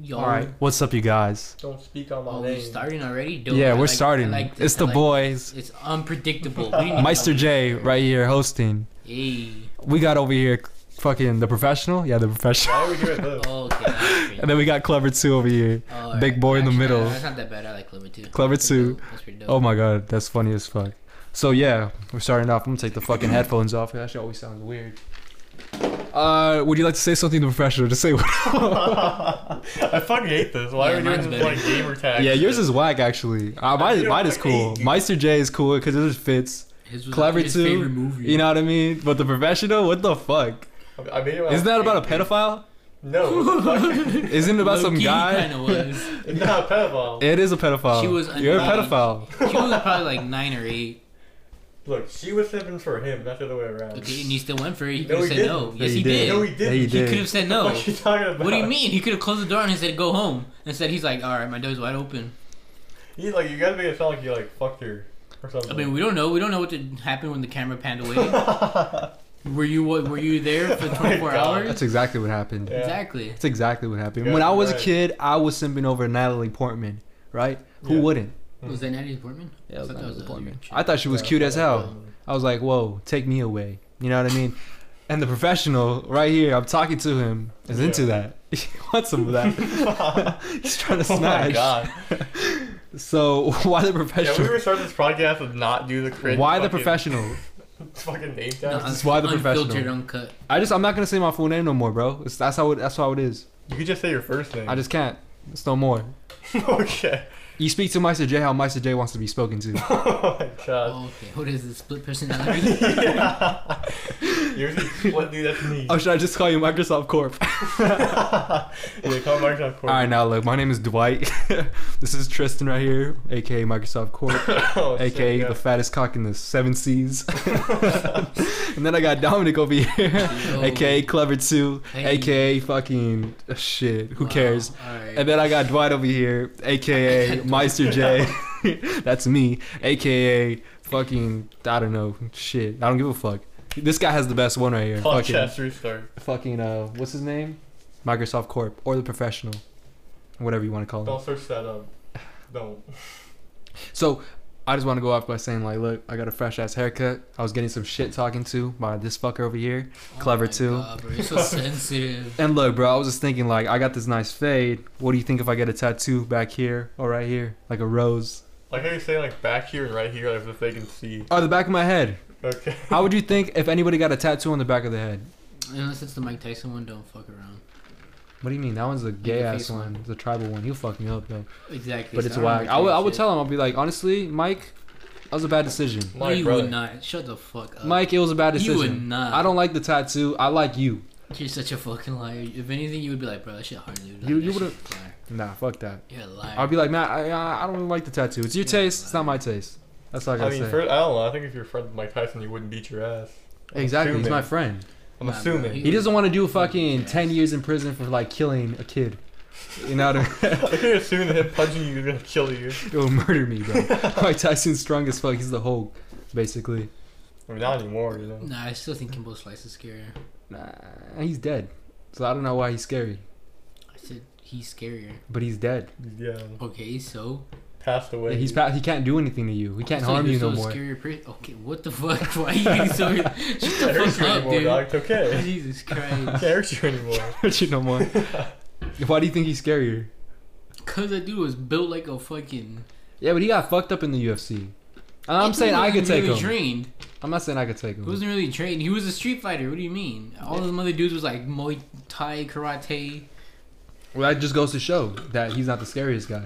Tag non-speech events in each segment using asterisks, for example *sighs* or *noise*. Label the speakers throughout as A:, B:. A: Yo,
B: All right, Um, what's up, you guys?
C: Don't speak on my
A: oh, we
C: name.
A: starting already? Dope.
B: yeah,
A: I
B: we're
A: like- I
B: starting.
A: like this.
B: it's
A: I
B: the
A: like
B: boys,
A: this. It's unpredictable. We need
B: Meister
A: to-
B: J, right here hosting.
A: *laughs* Hey.
B: We got over here, fucking the professional. Yeah, the professional.
C: Why are we doing this?
A: Oh, okay. that's great.
B: *laughs* And then we got Clever Two over here.
A: Oh,
B: Big boy in the
A: actually,
B: middle.
A: That's not that bad. I like Clever too.
B: Clever
A: That's
B: too.
A: pretty dope. That's pretty dope.
B: Oh my god, that's funny as fuck. So yeah, we're starting off. I'm gonna take the fucking headphones off. That shit always sounds weird. Uh, would you like to say something to the professional? Just say. *laughs* Oh.
C: *laughs* I fucking hate this. Why
A: Yeah,
C: are we doing
A: mine's
C: this like gamer tag?
B: yeah, yours
C: shit?
B: is whack actually. Uh, mine, mine
A: *laughs*
B: is cool. Meister J is cool because it just fits.
A: His was
B: Clever
A: his favorite
B: too.
A: movie. *laughs*
B: You know what I mean? But the professional, what the fuck?
C: I made it
B: Isn't that about a pedophile?
C: No, what the
B: *laughs* Isn't it about some
A: Low-key,
B: guy?
A: kinda
B: *laughs*
A: was.
C: fuck? it's not a pedophile.
B: It is a pedophile.
A: She was
B: You're a
A: annoying.
B: pedophile.
A: She was probably like nine or eight.
C: Look, she was seven for him, not the other way around.
A: Okay, and he still went for it. He
C: No,
A: could have
C: he
A: said
C: didn't.
A: no.
B: Yeah,
A: Yes, he, did.
C: No, he didn't.
B: Yeah, he
A: He
C: He
B: did.
A: could have said
C: *laughs* What
A: no.
C: are you talking about?
A: What do you mean? He could have closed the door and said, "Go home." Instead, he's like, "All right, my door's wide open."
C: You like you gotta make it sound like you like fucked her or something.
A: I mean,
C: *laughs*
A: we don't know. We don't know what did happen when the camera panned
B: *laughs*
A: away. were you what? Were you there for 24
C: God.
A: hours?
B: Oh That's exactly what happened.
C: Yeah.
A: Exactly.
B: That's exactly what happened.
C: Yeah,
B: when I was a
C: right.
B: kid, I was simping over Natalie Portman, right? Who
C: Yeah.
B: wouldn't?
A: Was that Natalie Portman?
B: Hmm. Yeah,
A: I
B: it was
A: thought that
B: Natalie
A: was the other
B: Portman.
A: chick.
B: I thought she was cute as hell. I was like, whoa, take me away. You know what I mean? And the professional right here, I'm talking to him, is
C: Yeah.
B: into that. *laughs* He wants some of that. He's trying to
C: *laughs*
B: *laughs*
C: oh
B: smash.
C: my Oh god.
B: So *laughs* why the
C: Yeah, we
B: professional?
C: were starting this podcast and not do the cringe.
B: why the
C: fucking-
B: professional?
C: Fucking name tag.
A: No,
B: That's why the
A: unfiltered,
B: professional.
A: uncut.
B: I just I'm not gonna say my full name no more, bro. It's, that's how it, that's how it is.
C: You could just say your first name.
B: I just can't. It's no more.
C: *laughs* okay. *laughs*
B: You speak to Meister J how Meister J wants to be spoken to.
C: Oh my god.
A: Oh, okay. What is this split personality?
B: *laughs*
C: yeah. You're what dude? That's me.
B: oh, should I just call you Microsoft Corp?
C: *laughs* yeah, call Microsoft Corp.
B: All right, now look, my name is Dwight. *laughs* this is Tristan right here, aka Microsoft Corp,
C: *laughs* Oh, shit,
B: aka
C: yeah.
B: the fattest cock in the seven seas. *laughs* and then I got Dominic
A: *laughs*
B: over here,
A: Yo.
B: aka Clever Two,
A: Oh. Hey.
B: aka fucking oh, shit. Who
A: Wow,
B: cares?
A: all right.
B: And then I got Dwight over here, aka Meister J. That's me, aka fucking I don't know shit. I don't give a fuck. This guy has the best one right here. Fucking,
C: Podcast restart.
B: fucking uh, what's his name? Microsoft Corp or the professional, whatever you want to call it.
C: Don't search that up. Don't.
B: So I just want to go off by saying like, look, I got a fresh ass haircut. I was getting some shit talking to by this fucker over here.
A: Oh
B: clever
A: my
B: too.
A: God, bro, you're
B: *laughs*
A: so sensitive.
B: And look, bro, I was just thinking like I got this nice fade. What do you think if I get a tattoo back here or right here, like a rose,
C: Like how you say like back here and right here, like if they can see.
B: or the back of my head?
C: Okay.
B: How would you think if anybody got a tattoo on the back of the head?
A: Unless it's the Mike Tyson one, don't fuck around.
B: What do you mean? That one's a gay ass
A: face
B: one.
A: one.
B: It's a tribal one. He'll fuck me up though.
A: Exactly.
B: But
A: so I
B: it's
A: don't
B: whack.
A: like
B: I would,
A: that
B: I would
A: shit.
B: tell him. I'll be like, honestly, Mike, that was a bad decision.
A: No,
C: My
A: you
C: brother.
A: would not. Shut the fuck up.
B: Mike, it was a bad
A: Uh, You
B: decision.
A: would not.
B: I don't like the tattoo. I like you.
A: You're such a fucking liar. If anything, you would be like, bro, that shit hard, dude. Like,
B: You-
A: that
B: you
A: shit
B: would've-
A: fire.
B: Nah, fuck that.
A: You're a liar.
B: I'll be like, Matt, I- I, I don't really like the tattoo. It's your
A: Yeah,
B: taste. It's
A: nah.
B: not my taste. That's all I
C: I
B: gotta
C: mean,
B: say.
C: first, I don't know. I think if you're friends with Mike Tyson, you wouldn't beat your ass. I'm
B: exactly. He's
C: assuming.
B: my friend.
C: I'm
A: Nah, bro,
C: assuming. *laughs*
A: he-
B: He doesn't want to do fucking
A: Yeah.
B: ten years in prison for like killing a kid. You know what I mean? *laughs*
C: if you're assuming that him punching you is gonna kill you.
B: It will murder me,
A: *laughs*
B: bro. Mike Tyson's strong as fuck. He's the Hulk, basically.
C: I mean, not anymore, you know.
A: Nah, I still think Kimbo Slice is scarier.
B: Nah, he's dead. So I don't know why he's scary,
A: I said he's scarier.
B: but he's dead.
C: Yeah.
A: Okay, so
C: Passed away.
B: he's pa- he can't do anything to you. He can't
A: so
B: harm
A: you're
B: you no
A: still a
B: more. *laughs*
A: Scarier per- okay, what the fuck? *laughs* Why are you being so? Shut
C: Can't
A: the
C: hurt
A: fuck
C: you
A: up,
C: anymore, dog.
A: dude.
C: It's okay.
A: *laughs* Jesus
C: Can't
A: Christ.
C: hurt you anymore.
B: Hurt you no more. why do you think he's scarier?
A: Cause that dude was built like a fucking.
B: Yeah, but he got fucked up in the UFC. I'm
A: That
B: saying
A: dude
B: I could
A: wasn't
B: take
A: really
B: him. Mm-hmm.
A: Trained.
B: I'm not saying I could take
A: He
B: him.
A: wasn't really trained. He was a street fighter. What do you mean? All them other dudes was like Muay Thai, karate.
B: Well, that just goes to show that he's not the scariest guy.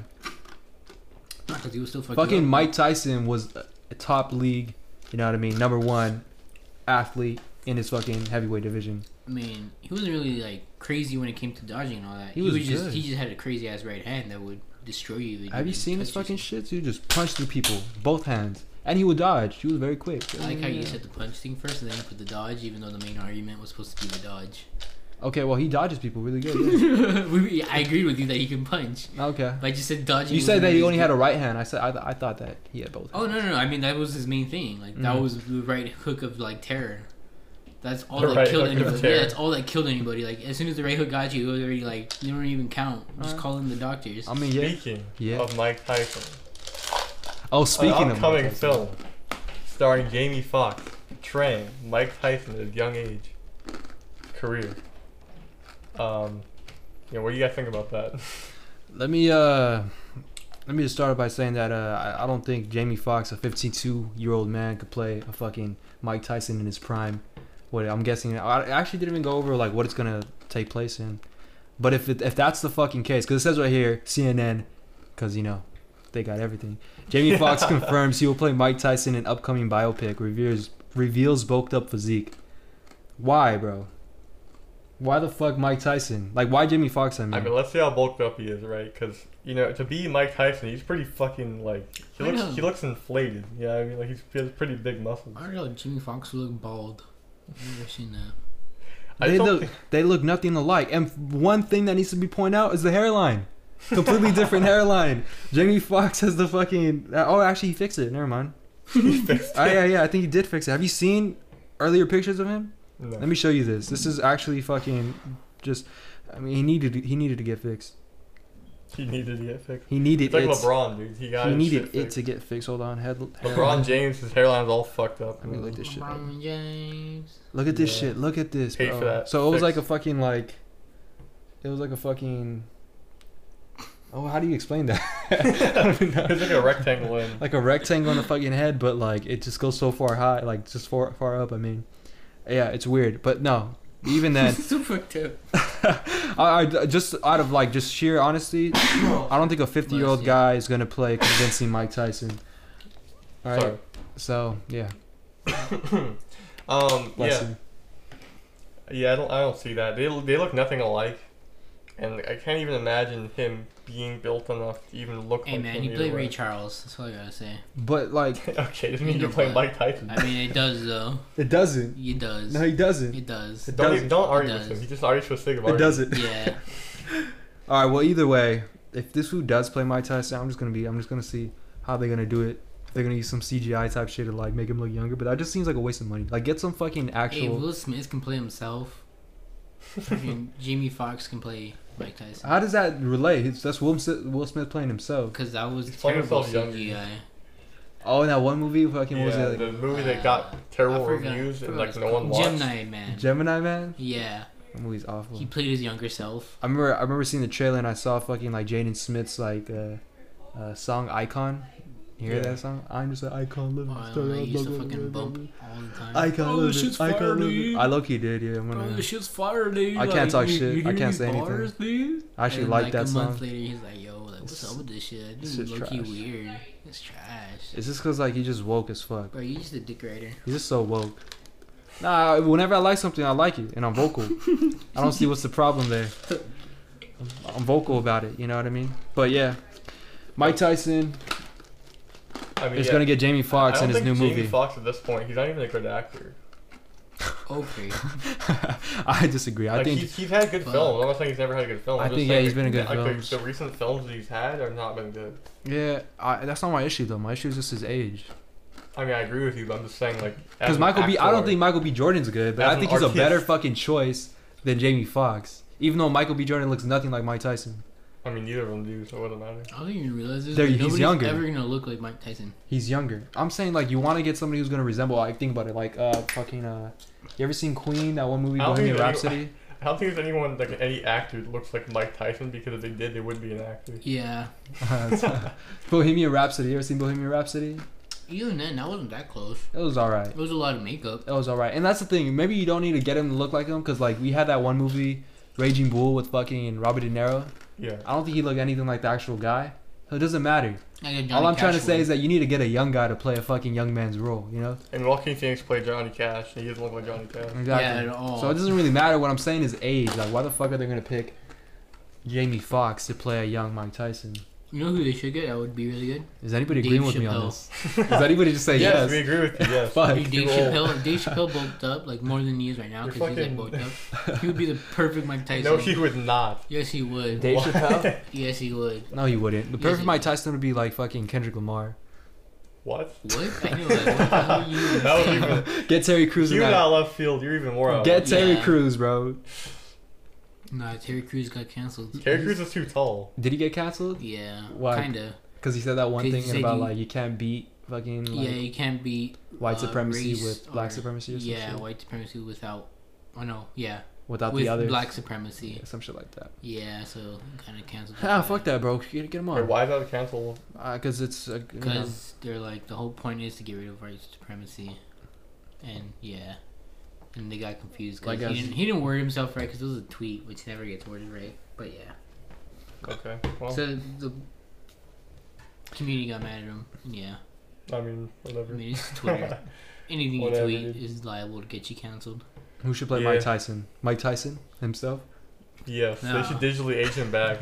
A: Because he was still fucking.
B: Fucking Mike Tyson was a top league, you know what I mean, number one athlete in his fucking heavyweight division.
A: I mean, he wasn't really like crazy when it came to dodging and all that.
B: He
A: He,
B: was
A: was, just
B: good.
A: he just had a crazy ass right hand that would destroy you. when
B: Have you
A: even
B: seen his
A: touched
B: fucking
A: yourself.
B: shit? Dude just punched through people, both hands. And he would dodge. He was very quick.
A: I like how you said the punch thing first, and then you put the dodge, even though the main argument was supposed to be the
B: *laughs*
A: dodge. *laughs*
B: Okay, well, he dodges people really good.
A: We- I agreed with you that he can punch,
B: yeah. okay.
A: but I just said dodging.
B: You
A: was
B: said that he
A: amazing.
B: only had a right hand. I said I, th- I thought that he had both.
A: Oh
B: hands. Mm.
A: no, no, no! I mean that was his main thing. Like that
B: Mhm.
A: was the right hook of like terror. That's all
C: The
A: that
C: right
A: killed
C: hook of
A: anybody.
C: terror.
A: Yeah, that's all that killed anybody. Like as soon as the right hook got you, it was already like you don't even count. Just
B: Alright.
A: call in the doctors.
B: I mean, yeah.
C: Speaking
B: Yeah.
C: of Mike Tyson,
B: Oh, speaking
C: an
B: of
C: upcoming
B: Mike Tyson.
C: film starring Jamie Foxx, Train, Mike Tyson at a young age, career. Um, yeah, what do you guys think about that?
B: Let me uh, let me just start by saying that uh, I, I don't think Jamie Foxx, a 52 year old man, could play a fucking Mike Tyson in his prime. What I'm guessing, I I actually didn't even go over like what it's gonna take place in. But if it, if that's the fucking case, because it says right here CNN, because you know they got everything. Jamie Foxx confirms he will play Mike Tyson in upcoming biopic. Reveals reveals bulked up physique. Why, bro? Why the fuck Mike Tyson? Like why Jamie Foxx? I mean,
C: I mean, let's see how bulked up he is, right? Because you know, to be Mike Tyson, he's pretty fucking like he
A: I
C: looks
A: know.
C: he looks inflated. Yeah, I mean, like he's, he has pretty big muscles.
A: I don't know. Jimmy Fox would look bald. I've never seen that.
C: I
B: They
C: just don't
B: look,
C: think-
B: they look nothing alike. And one thing that needs to be pointed out is the hairline. Completely
C: *laughs*
B: different hairline. Jamie Fox has the fucking. Oh, actually, he fixed it. Never mind.
C: he fixed
B: Oh,
C: it.
B: yeah, yeah. I think he did fix it. Have you seen earlier pictures of him?
C: No.
B: Let me show you this. This is actually fucking just. I mean, he needed he needed to get fixed.
C: He needed to get fixed.
B: He
C: It's
B: needed
C: like
B: it.
C: LeBron, dude. He got
B: He
C: his
B: needed
C: shit
B: it
C: fixed.
B: to get fixed. Hold on, head.
C: LeBron James, his hairline's all fucked up.
B: I mean,
C: *laughs*
B: look this shit. up.
A: LeBron James.
B: Look at this
C: Yeah.
B: shit. Look at this,
C: Pay
B: bro.
C: for that
B: So it was
C: fix.
B: like a fucking like. It was like a fucking. Oh, how do you explain that? I don't even know.
C: it's like a
B: *laughs*
C: rectangle in.
B: Like a rectangle on the fucking head, but like it just goes so far high, like just far far up. I mean, yeah, it's weird, but no. Even *laughs* then,
A: *laughs* Super tip.
B: I, I just out of like just sheer honesty, I don't think a fifty year old
A: Bless you.
B: guy is gonna play convincing Mike Tyson. All right,
C: Sorry.
B: so yeah,
C: *coughs* Um,
B: bless
C: yeah,
B: you.
C: yeah. I don't, I don't see that. They, they look nothing alike, and I can't even imagine him being built enough to even look
A: Hey
C: like
A: man,
C: him
A: he
C: either
A: played
C: way.
A: Ray Charles. That's all I gotta say.
B: But like,
C: *laughs* okay, doesn't
A: You
C: mean you're
A: know
C: playing
A: what?
C: Mike Tyson.
A: I mean, it does though.
B: it doesn't.
A: It does.
B: No, he doesn't.
A: It does.
B: It
C: don't
B: doesn't.
C: don't argue
A: It
C: with him.
A: does.
C: He just argues for the sake of
B: It
C: arguing. *laughs*
B: doesn't.
A: Yeah.
B: All right. Well, either way, if this dude does play Mike Tyson, I'm just gonna be. I'm just gonna see how they're gonna do it. If they're gonna use some CGI type shit to like make him look younger, but that just seems like a waste of money. Like, get some fucking
A: Hey,
B: *laughs* actual.
A: Will Smith can play himself.
B: *laughs*
A: Freaking Jamie Fox can play Mike Tyson.
B: how does that relate? It's- That's Will Smith, Will Smith playing himself.
A: Because that was
C: He's playing
A: terrible
C: himself younger.
A: CGI.
B: Oh, in that one movie, fucking what was
C: Yeah,
B: it? Like,
C: the movie
A: Uh, *sighs*
C: that got terrible
A: I forgot-
C: reviews and
A: forgot
C: like
A: his
C: no
A: name.
C: one watched.
A: Gemini Man.
B: Gemini Man.
A: yeah,
B: That movie's awful.
A: he played his younger self.
B: I remember. I remember seeing the trailer and I saw fucking like Jaden Smith's like uh, uh, song Icon. You hear
C: Yeah.
B: that song? I'm just an icon living.
A: Oh,
B: story,
A: I used
B: blah,
A: to
B: blah,
A: fucking
B: blah,
A: bump
B: blah,
A: all the time.
B: blah. Icon
A: oh, this
B: living.
A: shit's
B: icon
A: fire,
B: living.
A: dude.
B: I low key did, yeah. I'm gonna,
A: Oh, this shit's fire, dude.
B: I can't
A: Like,
B: talk
A: you-
B: shit.
A: you
B: I
A: hear
B: can't
A: these
B: say anything.
A: bars, dude?
B: I actually
A: And
B: like
A: like
B: that
A: a
B: song.
A: month later, he's like, "Yo, like, what's up with this shit? This
B: It's
A: is
B: just
A: low key
B: trash.
A: weird. It's trash."
B: It's just because like he just woke as fuck.
A: Bro, you just a dick writer.
B: He's just so
A: *laughs*
B: woke. Nah, whenever I like something, I like it, and
A: *laughs*
B: I'm vocal. I don't see what's the problem there. I'm, I'm vocal about it. You know what I mean? But yeah, Mike Tyson *laughs*
C: I mean,
B: is
C: yeah.
B: gonna get Jamie
C: I
B: Foxx
C: don't
B: in his
C: think
B: new
C: Jamie
B: movie.
C: Foxx at this point, he's not even a good actor.
B: *laughs*
A: Okay.
B: I disagree. I
C: like,
B: think
C: he's, he's had good
A: Fuck.
C: films. I'm not saying he's never had a good film.
B: I
C: I'm just
B: think, yeah,
C: saying
B: he's been in good
C: like, the-
B: films.
C: The, recent films that he's had have not been good.
B: yeah, I, that's not my issue though. My issue is just his age.
C: I mean, I agree with you, but I'm just saying like as
B: Because
C: an
B: Michael B. I don't
C: actor-
B: think Michael B. Jordan's good, but
C: As
B: I
C: an
B: think he's a
C: artist.
B: better fucking choice than Jamie Foxx. Even though Michael B. Jordan looks nothing like Mike Tyson,
C: I mean, neither of them do, so it doesn't matter.
A: I don't even realize this.
B: There-
A: Like,
B: he's
A: nobody's
B: younger.
A: ever gonna look like Mike Tyson.
B: he's younger. I'm saying like you want to get somebody who's gonna resemble. Like think about it, like uh fucking uh, you ever seen Queen? That one movie
C: I don't
B: Bohemian
C: think there's
B: Rhapsody.
C: I don't think there's anyone like any actor that looks like Mike Tyson because if they did, they would be an actor.
A: Yeah.
B: *laughs* Bohemian Rhapsody. You ever seen Bohemian Rhapsody?
A: Even then, that wasn't that close.
B: It was all right.
A: It was a lot of makeup.
B: It was all right. And that's the thing. Maybe you don't need to get him to look like him because like we had that one movie, Raging Bull with fucking Robert De Niro.
C: Yeah.
B: I don't think he looked anything like the actual guy. So it doesn't matter.
A: Like a Johnny
B: All I'm trying to
A: Cash
B: say
A: one.
B: is that you need to get a young guy to play a fucking young man's role, you know?
C: And Joaquin Phoenix played Johnny Cash, and he doesn't look like Johnny Cash.
A: Yeah, at all.
B: so it doesn't really matter. What I'm saying is age. Like, why the fuck are they going to pick Jamie Foxx to play a young Mike Tyson?
A: you know who they should get? That would be really good.
B: Is anybody
A: Dave
B: agreeing with me on
A: Chappelle.
B: this?
C: *laughs*
B: Does anybody just *laughs* say yes?
C: we agree with you. Yes.
B: Fuck.
A: Dude, Dave
C: too old.
A: Chappelle,
B: *laughs*
A: Dave Chappelle bulked up like more than he is right now
C: You're
A: because he's like
C: fucking-
A: bulked *laughs* up. He would be the perfect Mike Tyson.
C: no, he would not.
A: yes, he would.
B: Dave Chappelle?
A: yes, he would.
B: *laughs* No, you wouldn't. The
A: Yes,
B: perfect
A: he
B: Mike
A: would.
B: Tyson would be like fucking Kendrick Lamar.
C: What?
A: What? I know that. What the hell
C: *laughs*
A: are you even
C: That
B: *laughs*
C: was
A: saying?
C: even.
B: Get Terry Crews in
C: You're
B: that.
C: not left field. You're even more out.
B: Get Terry
A: Yeah.
B: Crews, bro.
A: Nah, Terry Crews got canceled.
C: Terry Crews is too tall.
B: Did he get canceled?
A: Yeah.
B: Why?
A: Kinda.
B: Because he said that one
A: Did he
B: thing
A: say
B: about
A: you-
B: like you can't beat fucking like,
A: yeah, you can't beat
B: white
A: uh,
B: supremacy
A: race
B: with black
A: or-
B: supremacy or some
A: Yeah,
B: shit?
A: white supremacy without. Oh no, yeah,
B: without
A: with
B: the other
A: black supremacy.
B: some shit like that.
A: Yeah, so kind of canceled.
B: Ah, fuck that, bro. Get, get him
C: Wait,
B: on.
C: why is that canceled?
B: Because it's uh, you know.
A: Because they're like the whole point is to get rid of white supremacy, and yeah, and they got confused because
B: Like
A: he,
B: us.
A: didn't, he didn't word himself right because it was a tweet which never gets worded right. But yeah,
C: Okay. Well,
A: so the community got mad at him. Yeah,
C: I mean,
A: I
C: whatever.
A: mean
B: *laughs*
A: it's Twitter. *laughs* Anything you
C: Whatever,
A: tweet
C: dude.
A: is liable to get you canceled.
B: who should play
C: Yeah.
B: Mike Tyson? Mike Tyson himself.
C: yes,
A: No.
C: they should digitally age him back.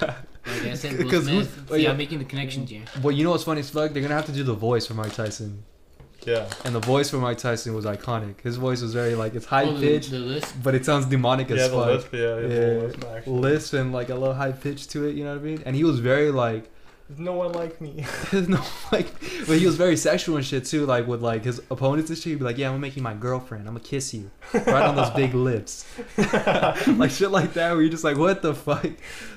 A: Like I said, Will
B: *laughs* 'Cause who's-
A: Smith.
B: oh,
A: See,
B: yeah.
A: I'm making the connections here.
B: Well, you know what's funny as fuck? They're gonna have to do the voice for Mike Tyson,
C: Yeah.
B: and the voice for Mike Tyson was iconic. His voice was very like it's high
A: Oh, the,
B: pitched,
A: the list.
B: but it sounds demonic
C: yeah,
B: as
C: the
B: fuck.
C: lisp. Yeah, yeah,
B: Yeah.
C: the lisp action.
B: lisp and like a little high pitch to it. You know what I mean? And he was very like, *laughs*
C: There's no one like *laughs* me.
B: no, like, but he was very sexual and shit too. Like with like his opponents and shit, he'd be like, "Yeah, I'm making my girlfriend. I'm gonna kiss you right on those big lips," *laughs*
C: Oh
B: like shit like that. Where you're just like, "What the fuck?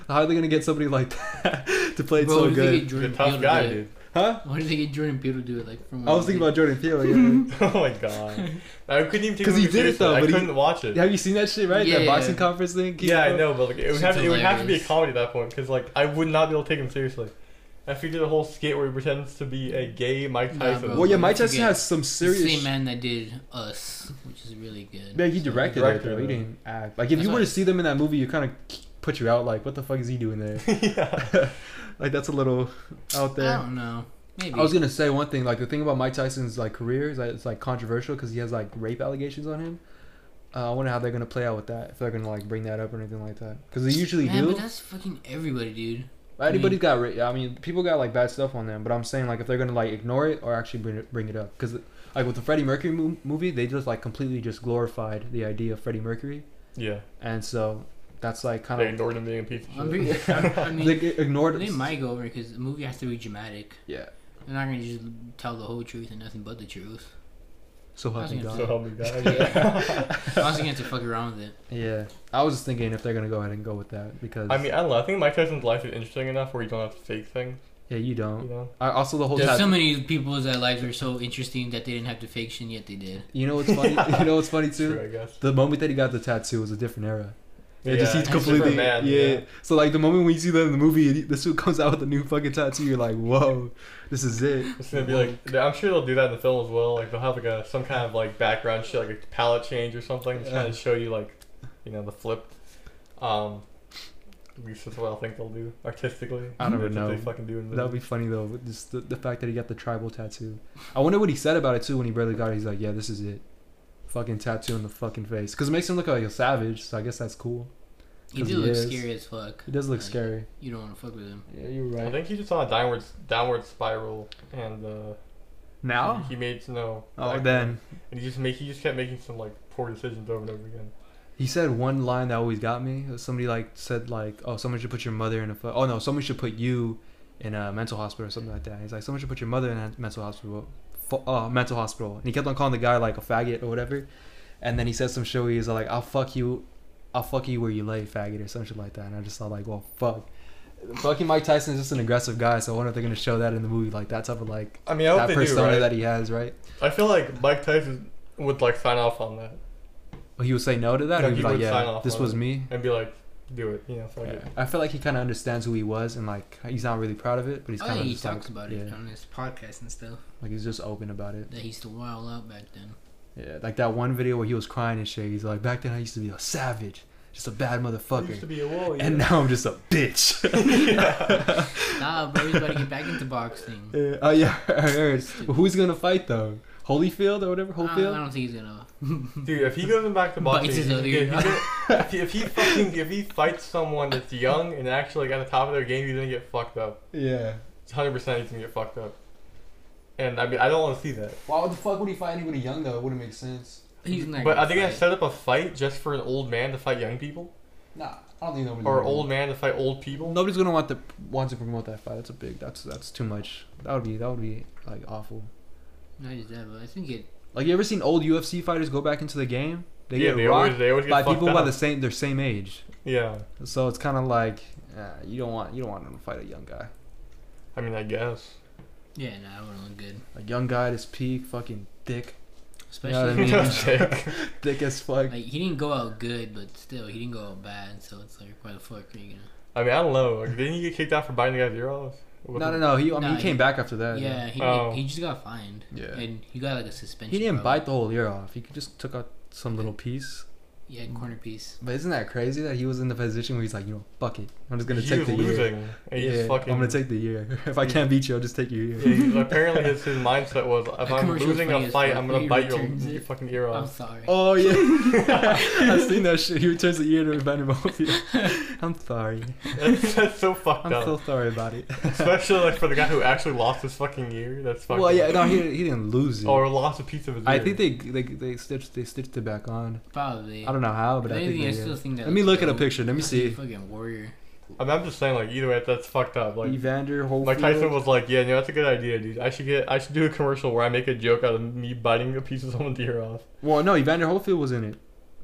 B: How are they gonna get somebody like *laughs* that to play it
A: Bro, what
B: so
A: if they
B: good?"
A: get
C: He's
A: Jordan
C: a
A: Peele
C: tough
A: to
C: guy,
A: do it?
C: dude.
B: Huh?
A: What if they get Jordan Peele to do it? Like from
B: I was thinking about Jordan Peele. Yeah.
C: oh my god. I couldn't even take
B: 'Cause
C: him
B: he did it,
C: seriously.
B: though,
C: I
B: but he-
C: couldn't watch it. Yeah,
B: Have you seen that shit? Right,
A: Yeah,
B: that
A: yeah.
B: boxing conference thing.
C: I know, but like it would
A: Shit's
C: have it would have to be a
A: hilarious.
C: comedy at that point because like I would not be able to take him seriously. If he did a whole skit where he pretends to be a gay Mike
A: Nah,
C: Tyson.
A: bro.
B: Well, yeah, Mike
A: Don't
B: Tyson
A: forget,
B: has some
A: the
B: serious.
A: same man that did Us, which is really good.
B: Yeah, he directed,
C: Directed,
B: it. Though. He
C: though.
B: didn't act. Like if
A: That's
B: you were
A: what-
B: to see them in that movie, you kind of put you out. Like, what the fuck is he doing there? *laughs*
C: *laughs* yeah.
B: like that's a little out
A: I
B: there.
A: don't know. Maybe.
B: I was gonna say one thing. Like the thing about Mike Tyson's like career is that it's like controversial because he has like rape allegations on him. Uh, I wonder how they're gonna play out with that. If they're gonna like bring that up or anything like that, because they usually
A: Man,
B: do.
A: but that's fucking everybody,
B: *laughs*
A: dude.
B: Anybody's got. Ra- I mean, people got like bad stuff on them. But I'm saying like if they're gonna like ignore it or actually bring it, bring it up, because like with the Freddie Mercury mo- movie, they just like completely just glorified the idea of Freddie Mercury,
C: Yeah.
B: and so that's like kind
C: They
B: of
C: ignored him being a piece
A: I'm
C: of shit.
A: pretty, I mean,
B: they ignored.
A: they might go over because the movie has to be dramatic.
B: Yeah.
A: They're not gonna just tell the whole truth and nothing but the truth.
B: *laughs* So help me
A: I was
B: God.
C: *laughs* So help me
B: *laughs*
C: God.
A: I'm also gonna have to fuck around with it.
B: Yeah, I was just thinking if they're gonna go ahead and go with that because
C: I mean, I don't know. I think Mike Tyson's life is interesting enough where you don't have to fake things.
B: yeah, you
C: You
B: don't.
C: know.
B: I, also, the whole
A: There's
B: tat-
A: so many people that lives are so interesting that they didn't have to fake shit, yet they did.
B: you know what's
C: *laughs*
B: funny? You know what's funny too?
C: True, I guess.
B: The moment that he got the tattoo was a different era. Yeah, just he's
C: a different
B: completely
C: man,
B: yeah. So like the moment when you see that in the movie, this dude comes out with a new fucking tattoo. You're like, whoa, this is it.
C: It's gonna be like I'm sure they'll do that in the film as well. Like they'll have like a some kind of like background shit, like a palette change or something, to kind
B: Yeah.
C: of show you like, you know, the flip. Um, at least that's what I think they'll do artistically.
B: I don't
C: That's
B: know.
C: What they fucking do in the
B: That would be funny though. with Just the, the fact that he got the tribal tattoo. I wonder what he said about it too when he barely got it. He's like, yeah, this is it. Fucking tattoo in the fucking face because it makes him look like a savage. So I guess that's cool.
A: He
B: 'Cause
A: did
B: he
A: look
B: is.
A: scary as fuck.
B: It does look
A: Like,
B: scary.
A: You don't want to fuck with him.
B: Yeah, you're
C: I think he's just on a downward downward spiral, and uh,
B: Now?
C: he made no.
B: Oh,
C: back-
B: then
C: and he just make he just kept making some like poor decisions over and over again.
B: He said one line that always got me. It was Somebody like said like, "Oh, someone should put your mother in a fu- oh no, someone should put you in a mental hospital or something like that." He's like, "Someone should put your mother in a mental hospital, fu- uh, mental hospital." And he kept on calling the guy like a faggot or whatever. And then he said some shit. Where he's like, "I'll fuck you, I'll fuck you where you lay, faggot," or some shit like that. And I just thought like, "Well, fuck." Fucking Mike Tyson is just an aggressive guy, so I wonder if they're gonna show that in the movie, like that type of like
C: I mean, I hope
B: that
C: they do.
B: persona
C: Right?
B: that he has, right?
C: I feel like Mike Tyson would like sign off on that
B: Well, he would say no to that,
C: No,
B: or he'd
C: he
B: be like,
C: would sign
B: "Yeah,
C: off
B: this
C: on
B: was
C: it.
B: me."
C: and be like, do it. You know, fuck
B: Yeah.
C: it.
B: I feel like he kind of understands who he was, and like he's not really proud of it, but he's
A: Oh,
B: kind
A: yeah,
B: of
A: he
B: just like,
A: talks about it
B: yeah,
A: on his podcast and stuff.
B: like he's just open about it.
A: That he used to wild out back then.
B: Yeah, like that one video where he was crying and shit. He's like, back then I used to be a savage, just a bad
C: He used to
B: motherfucker,
C: be a wall.
B: and now I'm just a bitch. *laughs*
A: Nah, bro, he's about to get back into
B: *laughs*
A: boxing.
B: Yeah, oh yeah, I heard. But who's gonna fight though? Holyfield or whatever.
A: I don't, I
B: Holyfield.
A: don't think he's gonna.
C: Dude, if he goes back to boxing,
A: Bites his
C: if,
A: other
C: he- if,
A: ear.
C: he,
A: *laughs*
C: get- if, he, if he fucking if he fights someone that's young and actually like, at the top of their game, he's gonna get fucked up.
B: Yeah.
C: Hundred percent, he's gonna get fucked up. And I mean, I don't want to see that.
B: Why the fuck would he fight anybody young though? It wouldn't make sense.
A: He's not.
C: But
A: gonna
C: are they gonna
A: fight.
C: set up a fight just for an old man to fight young people?
B: Nah. I don't think nobody's
C: Or
B: gonna-
C: old man to fight old people?
B: Nobody's gonna want to want to promote that fight. That's a big. That's that's too much. That would be that would be like awful.
A: Not just that, but I think it.
B: Like you ever seen old UFC fighters go back into the game? They
C: yeah,
B: get
C: they
B: rocked
C: always, they always get
B: by
C: fucked
B: people
C: up.
B: by the same their same age.
C: Yeah,
B: So it's kind of like uh, you don't want you don't want them to fight a young guy.
C: I mean, I guess.
A: Yeah, no, I wouldn't look good.
B: A young guy at his peak, fucking thick,
A: Especially.
C: *laughs*
B: mean,
A: when-
B: *laughs*
C: Sick.
B: thick as fuck.
A: Like he didn't go out good, but still he didn't go out bad. So it's like, why the fuck are you gonna?
C: I mean, I don't know. Like, didn't he get kicked out for biting the guy's ear off? With
B: No,
C: the-
B: no, no. He I mean
A: Nah,
B: he came back after that.
A: yeah, he
C: Oh.
A: he just got fined.
B: Yeah.
A: and he got like a suspension.
B: He didn't
A: probably.
B: bite the whole ear off. He just took out some little piece.
A: Yeah, corner piece.
B: But isn't that crazy that he was in the position where he's like, you know, fuck it, I'm just gonna
C: he
B: take
C: was
B: the ear.
C: losing. And he
B: yeah,
C: just fucking.
B: I'm gonna take the year. *laughs* If I can't beat you, I'll just take your
C: Yeah,
B: year.
C: he- apparently his, his mindset was if
A: That
C: I'm
A: commercial was
C: losing
A: funny
C: a
A: as
C: fight,
A: fuck.
C: I'm gonna
A: He
C: bite your,
A: returns
C: your
A: it.
C: fucking ear
A: I'm
C: off.
A: sorry. *laughs*
B: Oh yeah, *laughs* I've seen that shit. He returns the year to *laughs* Vanderbilt. I'm sorry.
C: that's, *laughs* that's so fucked
B: I'm
C: up.
B: so sorry about it.
C: *laughs* Especially like for the guy who actually lost his fucking ear. That's fucking.
B: well, yeah, no, he, he didn't lose it.
C: Or lost a piece of his ear.
B: I think they they they stitched they stitched it back on.
A: Probably.
B: I don't know how, but I think
A: anything,
B: they
A: I
B: did.
A: still think that.
B: Let me
A: looks
B: look at a
A: dope.
B: picture. Let me
A: He's a
B: see.
A: Fucking warrior.
C: I mean, I'm just saying, like either way, that's fucked up. Like
B: Evander Holyfield.
C: Mike Tyson was like, yeah, no, that's a good idea, dude. I should get, I should do a commercial where I make a joke out of me biting a piece of someone's ear off.
B: Well, no, Evander Holyfield was in it.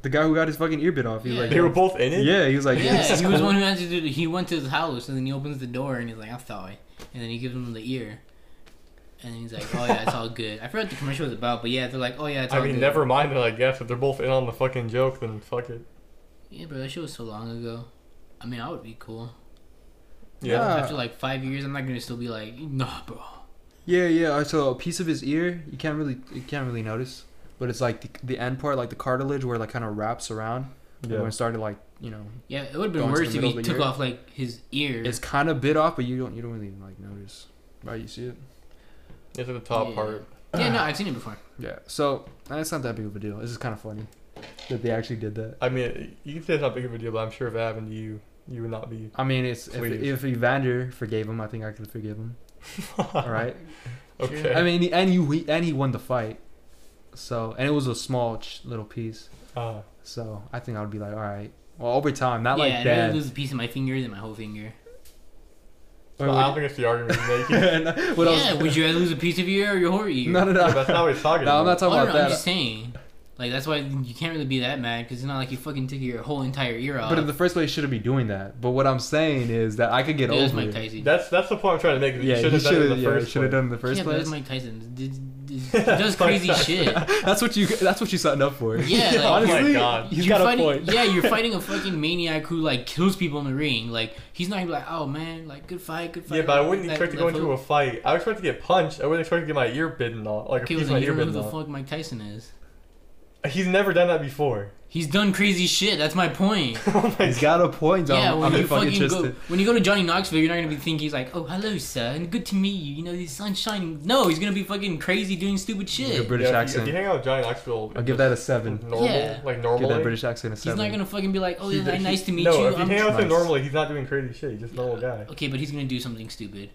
B: The guy who got his fucking ear bit off. He was
A: Yeah.
B: like,
C: They were both in it.
B: yeah, he was like,
A: yeah,
B: this is
A: he was
B: cool.
A: one who had to do. He went to his house and then he opens the door and he's like, "I'm sorry," and then he gives him the ear, and he's like, "Oh yeah, it's
B: *laughs*
A: all good." I forgot what the commercial was about, but yeah, they're like, "Oh yeah, it's
C: I
A: all
C: mean,
A: good."
C: never mind that. I guess if they're both in on the fucking joke, then fuck it.
A: Yeah, bro, that shit was so long ago. I mean, I would be cool.
B: Yeah.
A: After like five years, I'm not gonna still be like, "Nah, bro."
B: Yeah, yeah. uh, So a piece of his ear, you can't really, you can't really notice, but it's like the, the end part, like the cartilage, where it like kind of wraps around. Yeah.
C: Yeah.
B: When it started, like you know,
A: Yeah, it would have been
B: Going to
A: worse
B: the
A: if
B: middle
A: he
B: of the
A: took
B: year?
A: off like his ear.
B: it's kind of bit off, but you don't, you don't really like notice. Right? You see it?
C: It's at the top
A: Yeah.
C: part.
A: yeah, no, I've seen it before.
B: Yeah. So uh, it's not that big of a deal. It's just kind of funny that they actually did that.
C: I mean, you can say it's not big of a deal, but I'm sure if it happened to you, you would
A: *laughs*
C: not be.
B: I mean, it's if,
C: Please.
B: if Evander forgave him, I think I could forgive him.
C: *laughs*
B: All right.
C: Okay.
B: I mean, and you he, and he won the fight, so and it was a small ch- little piece.
C: Uh,
B: So I think I would be like, all right. Well, over time, not
A: yeah,
B: like
A: I'd rather
B: that.
A: lose a piece of my finger than my whole finger.
C: but I
B: *laughs*
C: don't think it's the argument you're making.
B: And what else?
A: yeah,
B: *laughs*
A: would you rather lose a piece of your ear or your whole ear?
B: No, no,
C: Yeah,
B: no.
C: that's
B: *laughs*
C: not what he's talking
B: No,
C: about.
B: I'm not
A: Oh,
B: talking
A: no,
B: about
A: no,
B: that.
A: I'm just saying. Like that's why you can't really be that mad because it's not like you fucking took your whole entire ear off.
B: but in the first place, you shouldn't be doing that. But what I'm saying is that I could get
A: Dude, that's
B: over
A: Mike
B: it.
A: Tyson.
C: That's that's the point I'm trying to make. is
B: Yeah,
C: you should
B: he
C: have done it
B: should
C: in the
B: have. Yeah,
C: first
B: should have
C: place.
B: done it in the first
A: yeah, but that's
B: place.
A: Mike Tyson. D- d- d-
B: *laughs*
A: He does crazy
C: Mike
A: shit.
B: that's what you. That's what you signed up for. *laughs*
A: Yeah, like,
C: Oh my
B: honestly,
C: God.
B: *laughs* he's
A: You're
B: got
A: fighting,
B: a
C: *laughs*
B: point.
A: Yeah,
B: *laughs*
A: you're fighting a fucking maniac who like kills people in the ring. Like he's not gonna be like, oh man, like good fight, good fight.
C: Yeah, but I wouldn't
A: That-
C: expect to
A: that
C: go into
A: fool-
C: a fight. I would expect to get punched. I wouldn't expect to get my ear bitten off, like a
A: Okay,
C: piece
A: was
C: of my
A: like, you
C: ear
A: don't know who
C: bitten
A: the
C: off.
A: fuck Mike Tyson is.
C: He's never done that before. *laughs*
A: He's done crazy shit. That's my point.
C: oh my
B: He's got a point.
A: yeah,
B: I'm,
A: when
B: I'm
A: you
B: fucking
A: fucking go,
B: interested.
A: when you go to Johnny Knoxville, you're not gonna be thinking he's like, oh hello sir, and good to meet you. You know, the sun's shining. No, he's gonna be fucking crazy doing stupid
B: Your
A: shit.
B: British
C: yeah, if you- If
B: accent.
C: you hang out with Johnny Knoxville,
B: I'll give that a seven.
C: normal,
A: Yeah.
C: like
B: Give
C: normal.
B: that British accent a
A: He's
B: seven.
A: not gonna fucking be like, oh yeah, nice to meet
C: no,
A: you.
C: if you
A: I'm
C: hang out with him
B: Nice.
C: normally, he's not doing crazy shit. He's just
A: *sighs*
C: a normal guy.
A: Okay, but he's gonna do something stupid.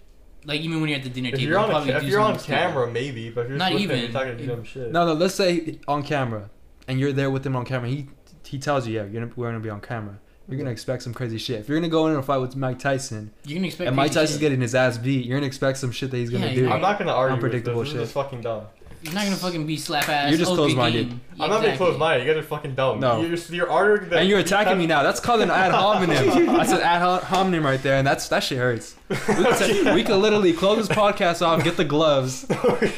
A: Like even when you're at the dinner
C: If
A: table,
C: you're
A: he'll
C: on, a,
A: probably
C: ca- if
A: do
C: you're on
A: something
C: camera, maybe, but if you're
A: Not
C: just with him,
A: even.
C: he's not gonna do
A: It-
C: dumb shit.
B: No, no. Let's say on camera, and you're there with him on camera. He he tells you, yeah, you're gonna, we're gonna be on camera. You're gonna expect some crazy shit. If you're gonna go in and fight with Mike Tyson,
A: Stupid. You can expect.
B: and Mike
A: crazy
B: Tyson's
A: shit.
B: getting his ass beat, you're gonna expect some shit that he's gonna
A: Yeah,
B: do.
A: yeah.
C: I'm not gonna argue.
B: Unpredictable
C: Unpredictable with this. This is
B: shit.
C: fucking dumb.
A: He's not gonna fucking be slap ass.
B: You're just
A: oh, good
B: close-minded.
A: game. Yeah,
C: I'm not being
A: exactly.
C: close-minded. You guys are fucking dumb.
B: No.
C: You're, just- you're arguing that.
B: and you're attacking me now. That's called an ad
C: *laughs*
B: hominem. That's an ad ho- hominem right there, and that's that shit hurts. We could, say- we could literally close this podcast off, get the
C: *laughs*
B: gloves,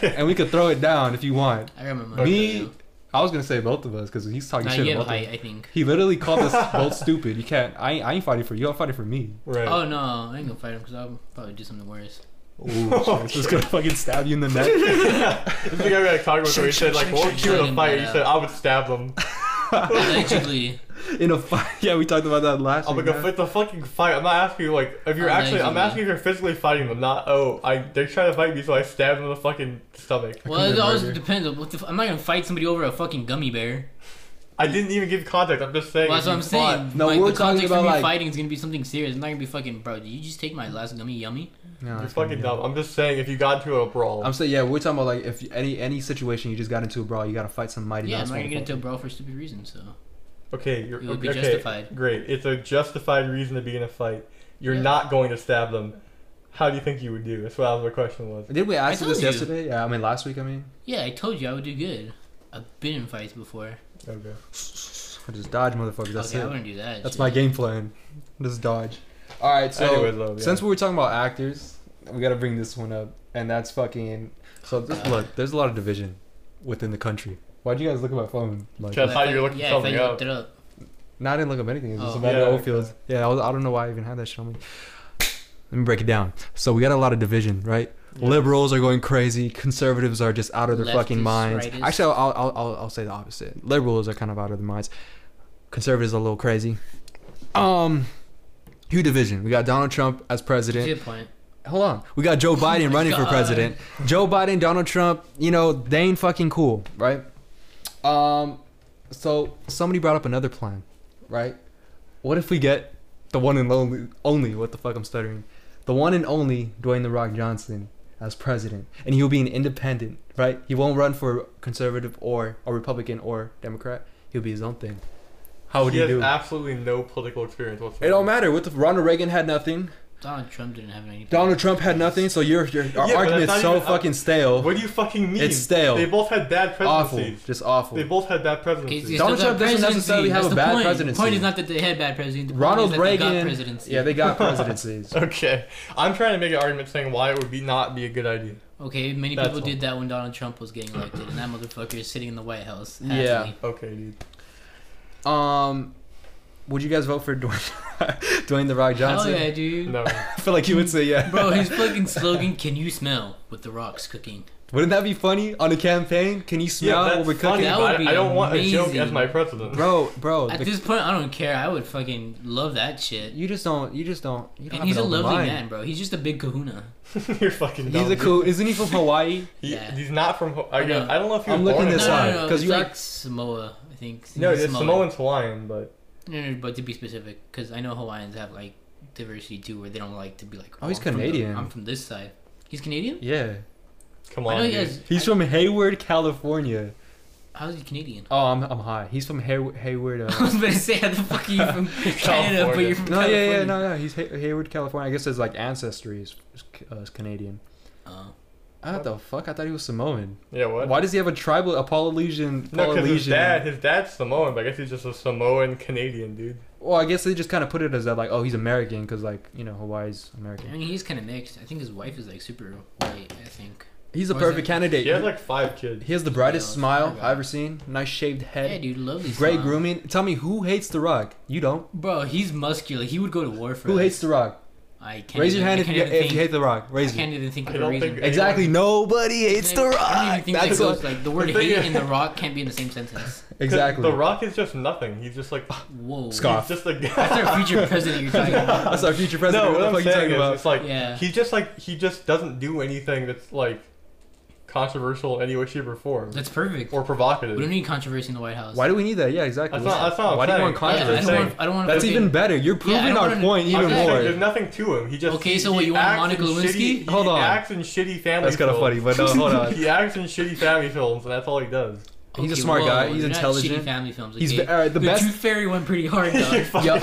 B: and we could throw it down if you want.
A: I got my money.
B: Me, I was gonna say both of us because he's talking
A: Nah,
B: shit
A: you
B: about
A: have
B: both of
A: height,
B: us.
A: I think.
B: He literally called us
C: *laughs*
B: both stupid. You can't. I, ain't- I ain't fighting for you. I'm fighting for me.
C: Right.
A: Oh no, I ain't gonna fight him because I'll probably do something worse. *laughs*
B: *laughs* Ooh, I'm just gonna fucking stab you in the neck.
C: this is the guy we had talking about. where He said like, "What would you do in a fight?" He said, "I would stab them."
A: Allegedly,
B: in a fight. *laughs* Yeah, we talked about that last.
C: I'm
B: week,
C: like,
B: man.
C: "If "It's a fucking fight." I'm not asking you like if you're actually. I'm
A: Allegedly.
C: asking if you're physically fighting them. Not oh, I they're trying to fight me, so I stab them in the fucking stomach.
A: well, it
B: commit
A: always
B: murder.
A: depends. on What the f- I'm not gonna fight somebody over a fucking gummy bear.
C: I didn't even give context. I'm just saying.
A: Well, that's
C: if
A: what I'm
C: you fought-
A: saying.
B: No,
A: like,
B: we're
A: the
B: talking
A: context
B: about,
A: of me
B: like-
A: fighting is gonna be something serious. I'm not gonna be fucking, bro. Did you just take my last gummy yummy?
B: No,
C: You're
B: it's gonna
C: fucking
B: be-
C: dumb. I'm just saying if you got into a brawl.
B: I'm saying yeah, we're talking about like if any any situation you just got into a brawl, you gotta fight some mighty.
A: Yeah, I'm
B: mouse
A: not gonna get
B: motherfucker.
A: into a brawl for stupid reasons. So
C: Okay, you're
A: It would be
C: okay,
A: justified.
C: Great. It's a justified reason to be in a fight. You're
A: Yeah.
C: not going to stab them. How do you think you would do? That's what I was- my question was.
B: Did we ask you
A: told
B: this
A: you.
B: yesterday? Yeah, I mean last week. I mean,
A: Yeah, I told you I would do good. I've been in fights before.
C: Okay.
B: I just dodge, motherfuckers. That's
A: okay, I
B: it.
A: wouldn't do that.
B: That's my game plan. Just dodge. All right. So
C: Anyways, though, yeah.
B: since we were talking about actors, we got to bring this one up, and that's fucking. So th- look, there's a lot of division within the country. Why'd you guys look at my phone? Like,
C: Cause- I thought you were looking
A: yeah,
C: something
A: I thought you
C: up.
A: looked it up.
B: no, I didn't look up anything. It's just
A: Oh.
B: Amanda
C: Yeah, okay.
B: Oldfield. Yeah, I, was, I don't know why I even had that shit on me. Let me break it down. So we got a lot of division, right?
C: Yeah.
B: Liberals are going crazy. Conservatives are just out of their fucking
A: Leftists,
B: minds.
A: rightists.
B: Actually, I'll, I'll, I'll, I'll say the opposite. Liberals are kind of out of their minds. Conservatives are a little crazy. Um, huge division. We got Donald Trump as president.
A: Good point.
B: Hold on. We got Joe
A: Oh
B: Biden
A: my
B: running for
A: God.
B: president. Joe Biden, Donald Trump, you know, they ain't fucking cool, right? Um so somebody brought up another plan, right? What if we get the one and only only what the fuck I'm stuttering? The one and only Dwayne the Rock Johnson as president. And he'll be an independent, right? He won't run for conservative or a Republican or Democrat. He'll be his own thing. How would
C: he
B: you
C: has
B: do? it?
C: absolutely no political experience whatsoever.
B: It don't matter. What the Ronald Reagan had nothing.
A: Donald Trump didn't have any.
B: Donald Trump had nothing, so your your
C: but
B: our
C: that's
B: argument's
C: not
B: so
C: even-
B: fucking stale,
C: What do you fucking mean?
B: It's stale.
C: They both had bad
B: awful,
C: presidencies.
B: just
C: They
B: awful.
C: both had bad
A: Okay, he's
C: presidencies.
A: still got
B: Donald Trump doesn't
A: presidency.
B: necessarily have
A: That's
B: a
A: the
B: bad
A: point.
B: presidency.
A: The point is not that they had bad presidency. The point is
B: Ronald
A: that they got
B: Reagan,
A: presidency.
B: yeah, they got presidencies.
C: *laughs* Okay, I'm trying to make an argument saying why it would be not be a good idea.
A: Okay, many
C: That's
A: people
C: all.
A: did that when Donald Trump was getting elected, and that motherfucker is sitting in the White House.
B: Yeah.
A: happily.
C: Okay, dude.
B: Um, would you guys vote for Dwayne, *laughs* Dwayne the Rock
A: Hell
B: Johnson?
A: yeah, dude. *laughs*
C: No.
B: I feel like you would say yeah. *laughs*
A: Bro, his fucking slogan, "Can you smell what the rocks cooking?"
B: Wouldn't that be funny on a campaign? Can you smell
C: that's
B: what we're
C: funny,
B: cooking?
A: That
C: but
A: would be
C: I I don't want a joke
A: amazing.
C: as my president. *laughs*
B: Bro, bro,
A: At
B: the-
A: this point, I don't care. I would fucking love that shit.
B: *laughs* you just don't, you just don't. You
A: And
B: don't have
A: he's
B: an
A: a
B: open
A: lovely
B: mind.
A: man, bro. He's just a big Kahuna.
C: You're fucking. Dumb,
B: He's a
C: dude.
B: cool. Isn't he
C: *laughs*
B: from Hawaii?
C: He,
A: Yeah.
C: He's not from. Ho- I,
A: I know.
C: I don't know if he was
B: I'm looking
C: born in
B: this
A: no,
B: up.
A: no,
C: Hawaii.
A: no, no,
B: because
A: it's
B: you
A: like
B: act-
A: Samoa, I think.
C: No,
A: He's
C: it's Samoan Hawaiian, but
A: No, no, but to be specific, because I know Hawaiians have like diversity too, where they don't like to be like.
B: Oh, he's
A: I'm from the-
B: Canadian.
A: I'm from this side. He's Canadian.
B: Yeah,
C: come
A: I
C: on,
A: know he
C: dude.
A: has.
B: he's from Hayward, California.
A: How is he Canadian?
B: Oh, I'm, I'm high. He's from Hay-
A: *laughs*
B: Hayward.
A: I
B: Uh,
A: was about to say, how the fuck are you
C: *laughs*
A: from Canada, but you're from
B: no,
A: California?
B: yeah, yeah, no, no. He's Hay- Hayward, California. I guess his like ancestry is, is, C- uh, is Canadian.
A: Oh.
B: What Ah, the fuck? I thought he was Samoan.
C: Yeah, what?
B: Why does he have a tribal, a Polynesian,
C: No, because his
B: Polynesian?
C: dad, his dad's Samoan, but I guess he's just a Samoan Canadian dude.
B: Well, I guess they just kind of put it as that, like, oh, he's American, because like you know Hawaii's
A: I
B: American.
A: mean, he's kind of mixed. I think his wife is like super white. I think.
B: He's the
A: Or is
B: perfect
A: it-
B: candidate.
C: He has like five kids.
B: he has the brightest
A: Yeah, it's
B: smile
A: pretty
B: I've ever seen. Nice shaved head.
A: Yeah, dude, lovely.
B: Great
A: smile.
B: grooming. Tell me, who hates The Rock? You don't.
A: Bro, he's muscular. He would go to war for.
B: Who
A: us.
B: hates The Rock?
A: I can't.
B: Raise
A: even-
B: your hand
A: I
B: if
A: can't
B: you,
A: even
B: if you
A: think-
B: hate The Rock.
A: I
B: Raise it.
A: can't even think
C: I
A: of a
C: don't
A: reason.
C: think-
B: Exactly. Nobody hates The
A: I
B: Rock.
A: don't even think
B: That's
A: that goes,
B: what.
A: like the word
C: The thing
A: hate
C: is-
A: and the rock can't be in the same sentence.
C: *laughs* 'Cause
B: Exactly.
C: The Rock is just nothing. He's just like
A: Whoa.
B: Scar.
C: he's just a guy.
A: That's our future president you're talking
B: *laughs*
A: about.
B: That's our future *laughs* president.
C: no,
B: what
C: what
B: the
C: I'm
B: fuck you
C: saying
B: talking
C: is,
B: about?
C: it's like
A: Yeah.
C: he's just like he just doesn't do anything that's like controversial in any way, shape, or form,
A: That's perfect.
C: or
A: We don't
C: provocative.
A: need controversy in the White House.
B: Why do we need that? Yeah, exactly.
C: That's not- that's not what
B: Why
C: I'm
B: do you
C: saying.
B: want
A: Yeah, I
B: controversy?
A: don't want. I don't want.
B: That's
A: fucking-
B: even better. You're
A: Yeah, I
B: proving
A: don't
B: our
A: wanna-
B: point
C: I'm
B: even
C: just saying,
B: more.
C: There's nothing to him. He just
A: Okay, so
C: he,
A: what,
C: he
A: you want
C: acts
A: Monica
C: in shitty-
A: Lewinsky?
C: he
B: Hold on.
C: acts in shitty family.
B: That's kind of
C: films.
B: funny, but no, hold on.
C: *laughs* He acts in shitty family films, and that's all he does.
B: He's a smart guy. He's
A: they're not
B: intelligent.
A: shitty family films.
B: He's
A: okay?
B: all right, the
A: The
B: best.
A: Tooth Fairy went pretty hard though.
B: *laughs* Yeah.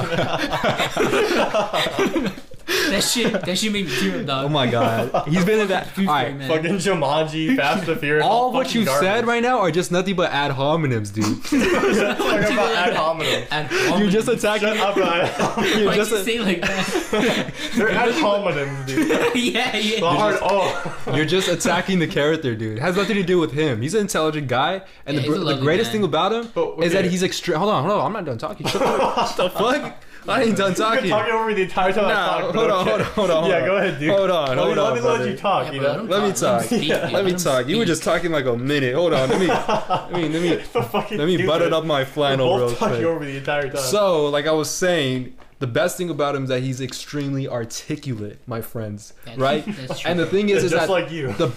A: that shit. That shit made me tear up, dog.
B: Oh my god, he's been in that. All
A: Tooth Fairy,
B: right,
A: man.
B: *laughs*
C: Fucking Jumanji, Fast and Furious.
B: all
C: all
B: what
C: fucking
B: you
C: garbage.
B: said right now are just nothing but ad hominems,
C: *laughs*
B: dude.
C: Talk
B: *laughs*
C: about ad hominem.
A: And
B: You're just
A: Why
C: Shut
B: attacking.
C: up, ad
B: *laughs*
C: hominem.
B: You're
A: would you
B: just a-
A: say it like that?
C: They're ad hominems, dude.
A: yeah,
C: The
A: yeah.
C: hard oh. O.
B: You're just attacking the character, dude. It has nothing to do with him. He's an intelligent guy, and
A: Yeah,
B: the,
A: he's a
B: gr- the
A: lovely
B: greatest
A: man.
B: thing about him
C: But,
B: is that
C: okay.
B: he's extreme. Hold on, hold on. I'm not done
C: *laughs*
B: talking. Shut the what the fuck? I ain't done
C: I've
B: talking.
C: been talking over the entire time I
B: Nah,
C: talked.
B: hold
C: but
B: on,
C: okay.
B: hold on, hold on. hold
C: Yeah,
B: on.
C: go ahead, dude.
B: Hold on,
C: Let me-
B: hold on,
C: Let me let
B: brother.
C: you talk,
A: Yeah,
C: you
A: bro,
C: know? *laughs*
B: Let me
A: him
B: talk.
A: speak,
C: Yeah.
A: man.
B: Let me
A: him
B: talk. You were
A: speak.
B: just talking like a minute. Hold on. Let me, let me, let me,
C: So fucking
B: let me
C: stupid.
B: butter up my
C: We're
B: flannel real
C: both talking
B: quick.
C: over the entire time.
B: So, like I was saying, the best thing about him is that he's extremely articulate, my friends.
A: That's-
B: right?
C: *laughs*
A: That's true.
B: And the thing is,
C: Yeah,
B: is
C: just
B: that
C: like *laughs* you.
B: the